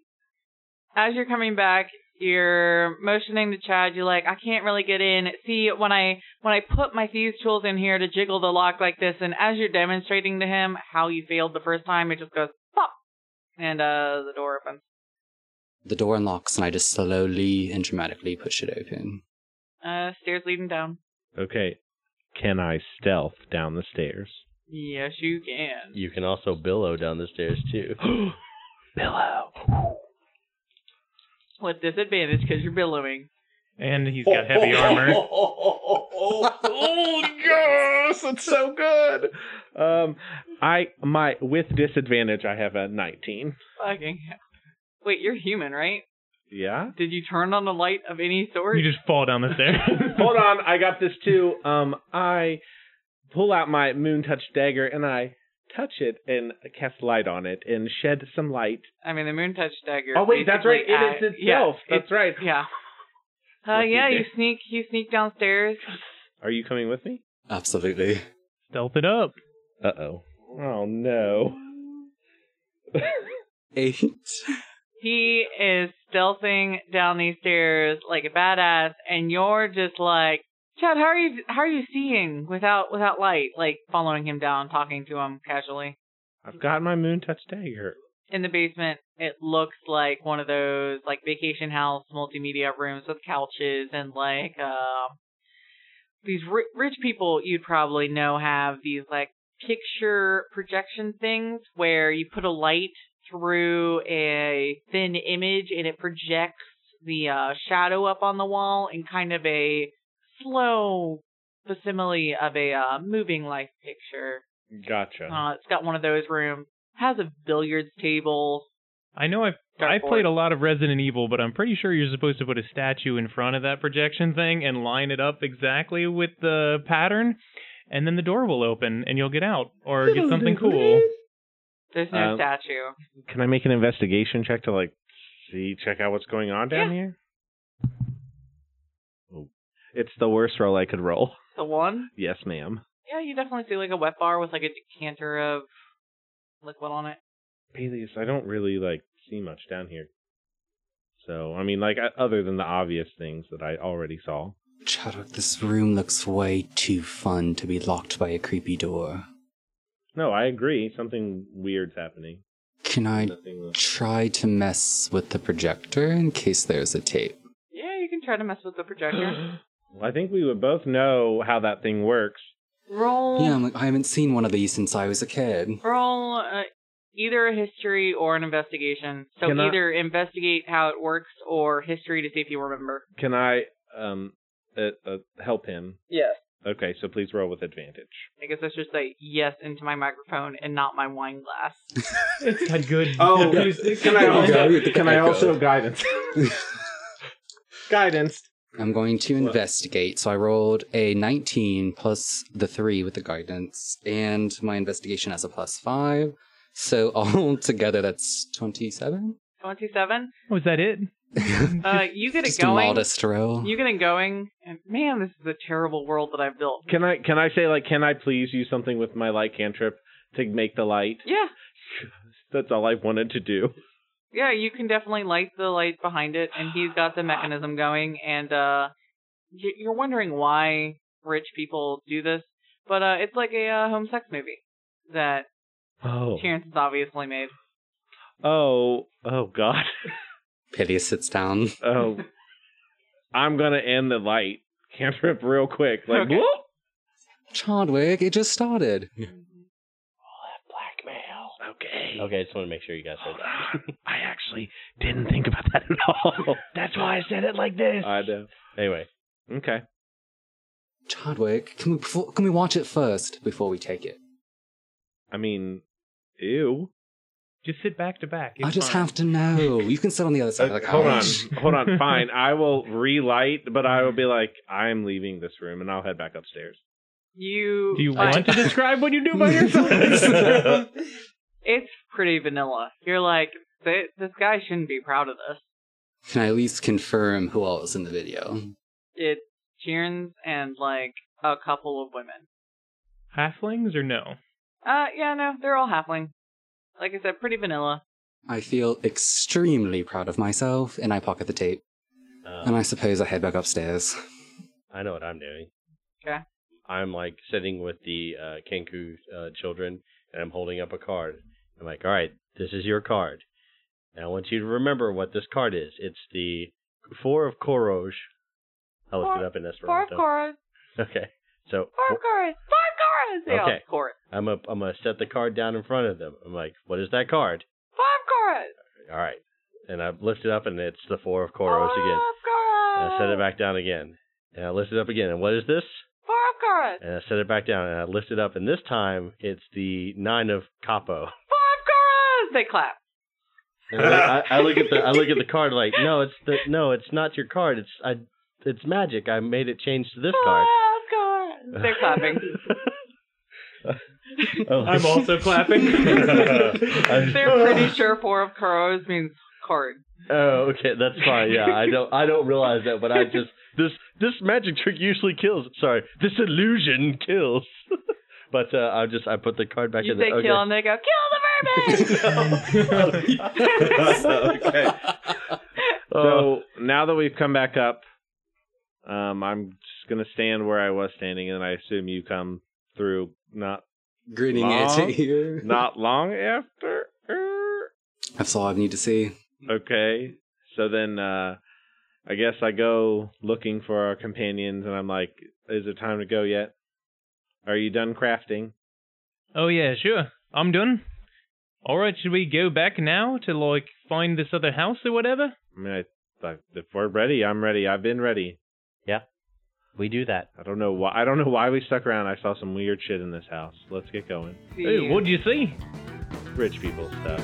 S2: As you're coming back, you're motioning to Chad. You're like, I can't really get in. See, when I when I put my fuse tools in here to jiggle the lock like this, and as you're demonstrating to him how you failed the first time, it just goes pop, and uh, the door opens.
S4: The door unlocks and I just slowly and dramatically push it open.
S2: Uh, stairs leading down.
S3: Okay. Can I stealth down the stairs?
S2: Yes, you can.
S5: You can also billow down the stairs too.
S3: Billow.
S2: With disadvantage because you're billowing.
S6: And he's got heavy armor.
S3: oh yes, that's so good. Um, I my with disadvantage, I have a 19.
S2: Fucking hell. Wait, you're human, right?
S3: Yeah.
S2: Did you turn on a light of any sort?
S6: You just fall down the stairs.
S3: Hold on, I got this too. Um, I pull out my moon touch dagger and I touch it and cast light on it and shed some light.
S2: I mean, the moon touch dagger.
S3: Oh wait, that's right.
S2: basically
S3: It is
S2: act- yeah,
S3: itself. that's right.
S2: it- Yeah. Uh, yeah, you sneak, you sneak downstairs.
S3: Are you coming with me?
S4: Absolutely.
S6: Stealth it up.
S3: Uh oh. Oh no.
S4: Eight.
S2: He is stealthing down these stairs like a badass, and you're just like, Chad, how are you? How are you seeing without without light? Like following him down, talking to him casually
S3: I've got my moon touch dagger.
S2: in the basement. It looks like one of those like vacation house multimedia rooms with couches and like um these ri- rich people you'd probably know have these like picture projection things where you put a light through a thin image and it projects the uh, shadow up on the wall in kind of a slow facsimile of a uh, moving life picture.
S3: Gotcha.
S2: Uh, it's got one of those rooms. Has a billiards table.
S6: I know I've
S2: Go
S6: I've
S2: for it.
S6: played a lot of Resident Evil, but I'm pretty sure you're supposed to put a statue in front of that projection thing and line it up exactly with the pattern, and then the door will open and you'll get out or get something cool.
S2: There's no
S3: Um,
S2: statue.
S3: Can I make an investigation check to like see check out what's going on down here? Oh. It's the worst roll I could roll.
S2: The one?
S3: Yes, ma'am.
S2: Yeah, you definitely see like a wet bar with like a decanter of liquid on it.
S3: Peleus, I don't really like see much down here. So, I mean, like I- other than the obvious things that I already saw.
S4: Chadwick, this room looks way too fun to be locked by a creepy door.
S3: No, I agree. Something weird's happening.
S4: Can I
S3: Nothing.
S4: try to mess with the projector in case there's a tape?
S2: Yeah, you can try to mess with the projector.
S3: Well, I think we would both know how that thing works.
S2: roll,
S4: Yeah, I'm like, I haven't seen one of these since I was a kid.
S2: roll uh, either a history or an investigation. So
S3: Can I-
S2: either investigate how it works or history to see if you remember.
S3: Can I um uh, uh, help him?
S2: Yes.
S3: Okay, so please roll with advantage.
S2: I guess I should say yes into my microphone and not my wine glass.
S6: It's got good.
S8: Oh, can I also, can I
S4: Echo.
S8: also guidance?
S3: Guidance.
S4: I'm going to
S8: What?
S4: investigate. So I rolled a 19 plus the 3 with the guidance, and my investigation has a plus 5. So all together, that's 27?
S2: Twenty-seven.
S6: Was that it?
S2: Uh, you get it
S4: Just a
S2: going.
S4: modest roll.
S2: You get it going, and man, this is a terrible world that I've built.
S3: Can I can I say like can I please use something with my light cantrip to make the light?
S2: Yeah,
S3: That's all I wanted to do.
S2: yeah, you can definitely light the light behind it, and he's got the mechanism going. And uh, y- you're wondering why rich people do this, but uh, it's like a uh, home sex movie that
S3: Oh.
S2: Terrence has obviously made.
S3: Oh, oh god.
S4: Pity sits down.
S3: Oh. I'm going to end the light cantrip real quick. Like
S2: Okay.
S3: whoop.
S4: Chadwick, it just started.
S3: Okay.
S5: okay, I just want to make sure you guys heard that.
S3: I actually didn't think about that at all. That's why I said it like this. I know.
S5: Anyway,
S3: uh, Okay.
S4: Chadwick, can we before, can we watch it first before we take it?
S3: I mean, ew.
S6: Just sit back to back.
S4: I
S6: It's
S4: just
S6: fine.
S4: have to know. You can sit on the other side. of the
S3: Uh, hold on,
S4: couch.
S3: hold on. Fine, I will relight, but I will be like, I'm leaving this room, and I'll head back upstairs.
S2: You.
S6: Do you
S2: I-
S6: want to describe what you do by yourself?
S2: It's pretty vanilla. You're like, "Th- this guy shouldn't be proud of this.
S4: Can I at least confirm who all is in the video?
S2: It's Cheerns and like a couple of women.
S6: Halflings or no?
S2: Uh, yeah, no, they're all halfling. Like I said, pretty vanilla.
S4: I feel extremely proud of myself, and I pocket the tape. And
S5: Um,
S4: I suppose I head back upstairs.
S5: I know what I'm doing.
S2: 'Kay.
S5: I'm like sitting with the uh, Kenku uh, children, and I'm holding up a card. I'm like, all right, this is your card. And I want you to remember what this card is. It's the Four of Koroj. I looked it up in
S2: Four of
S5: Esperanto.
S2: chorus,
S5: Okay, so
S2: four of chorus, four of chorus. They all
S5: Okay.
S2: chorus,
S5: I'm a, I'm gonna set the card down in front of them. I'm like, what is that card?
S2: four of chorus.
S5: All right, and I lift it up, and it's the Four of Koros
S2: four
S5: again.
S2: of chorus.
S5: And I set it back down again, and I lift it up again. And what is this?
S2: Four of chorus,
S5: and I uh, set it back down and I lift it up, and this time it's the nine of
S2: four
S5: capo.
S2: of chorus. They clap.
S5: And I, I, I look at the I look at the card like, no, it's the no, it's not your card. It's I, it's magic. I made it change to this
S2: Four
S5: card.
S2: of chorus. They're clapping.
S6: I'm also clapping.
S2: They're pretty sure four of chorus means card.
S5: Oh, okay, that's fine. Yeah, I don't I don't realize that, but I just this this magic trick usually kills. Sorry, this illusion kills. but uh, I just I put the card back
S2: You
S5: in. the
S2: say
S5: okay.
S2: kill, and they go kill the mermaid.
S8: okay.
S3: So now that we've come back up, um, I'm just gonna stand where I was standing, and I assume you come through not
S4: Grinning
S3: Long?
S4: at you.
S3: not long after. er.
S4: That's all I need to see.
S3: Okay. So then uh I guess I go looking for our companions and I'm like, is it time to go yet? Are you done crafting?
S6: Oh yeah, sure. I'm done. All right, should we go back now to like find this other house or whatever?
S3: I mean, I, I, if we're ready, I'm ready. I've been ready.
S5: We do that.
S3: I don't know why I don't know why we stuck around. I saw some weird shit in this house. Let's get going.
S6: Hey, what'd you see?
S3: Rich people stuff.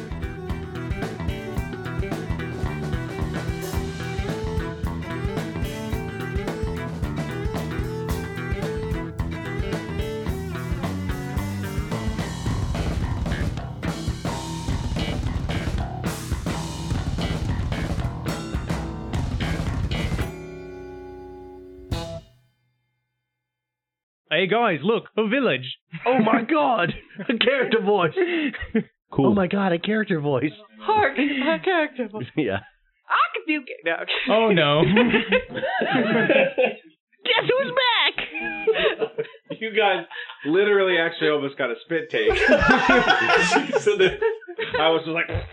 S6: Hey guys, look, a village.
S5: Oh my god, a character voice.
S3: Cool.
S5: Oh my god, a character voice.
S2: Hark, my character. voice.
S5: yeah.
S2: I can do it. No. okay.
S6: Oh no.
S2: Guess who's back?
S8: You guys literally actually almost got a spit take. so that
S3: I was just like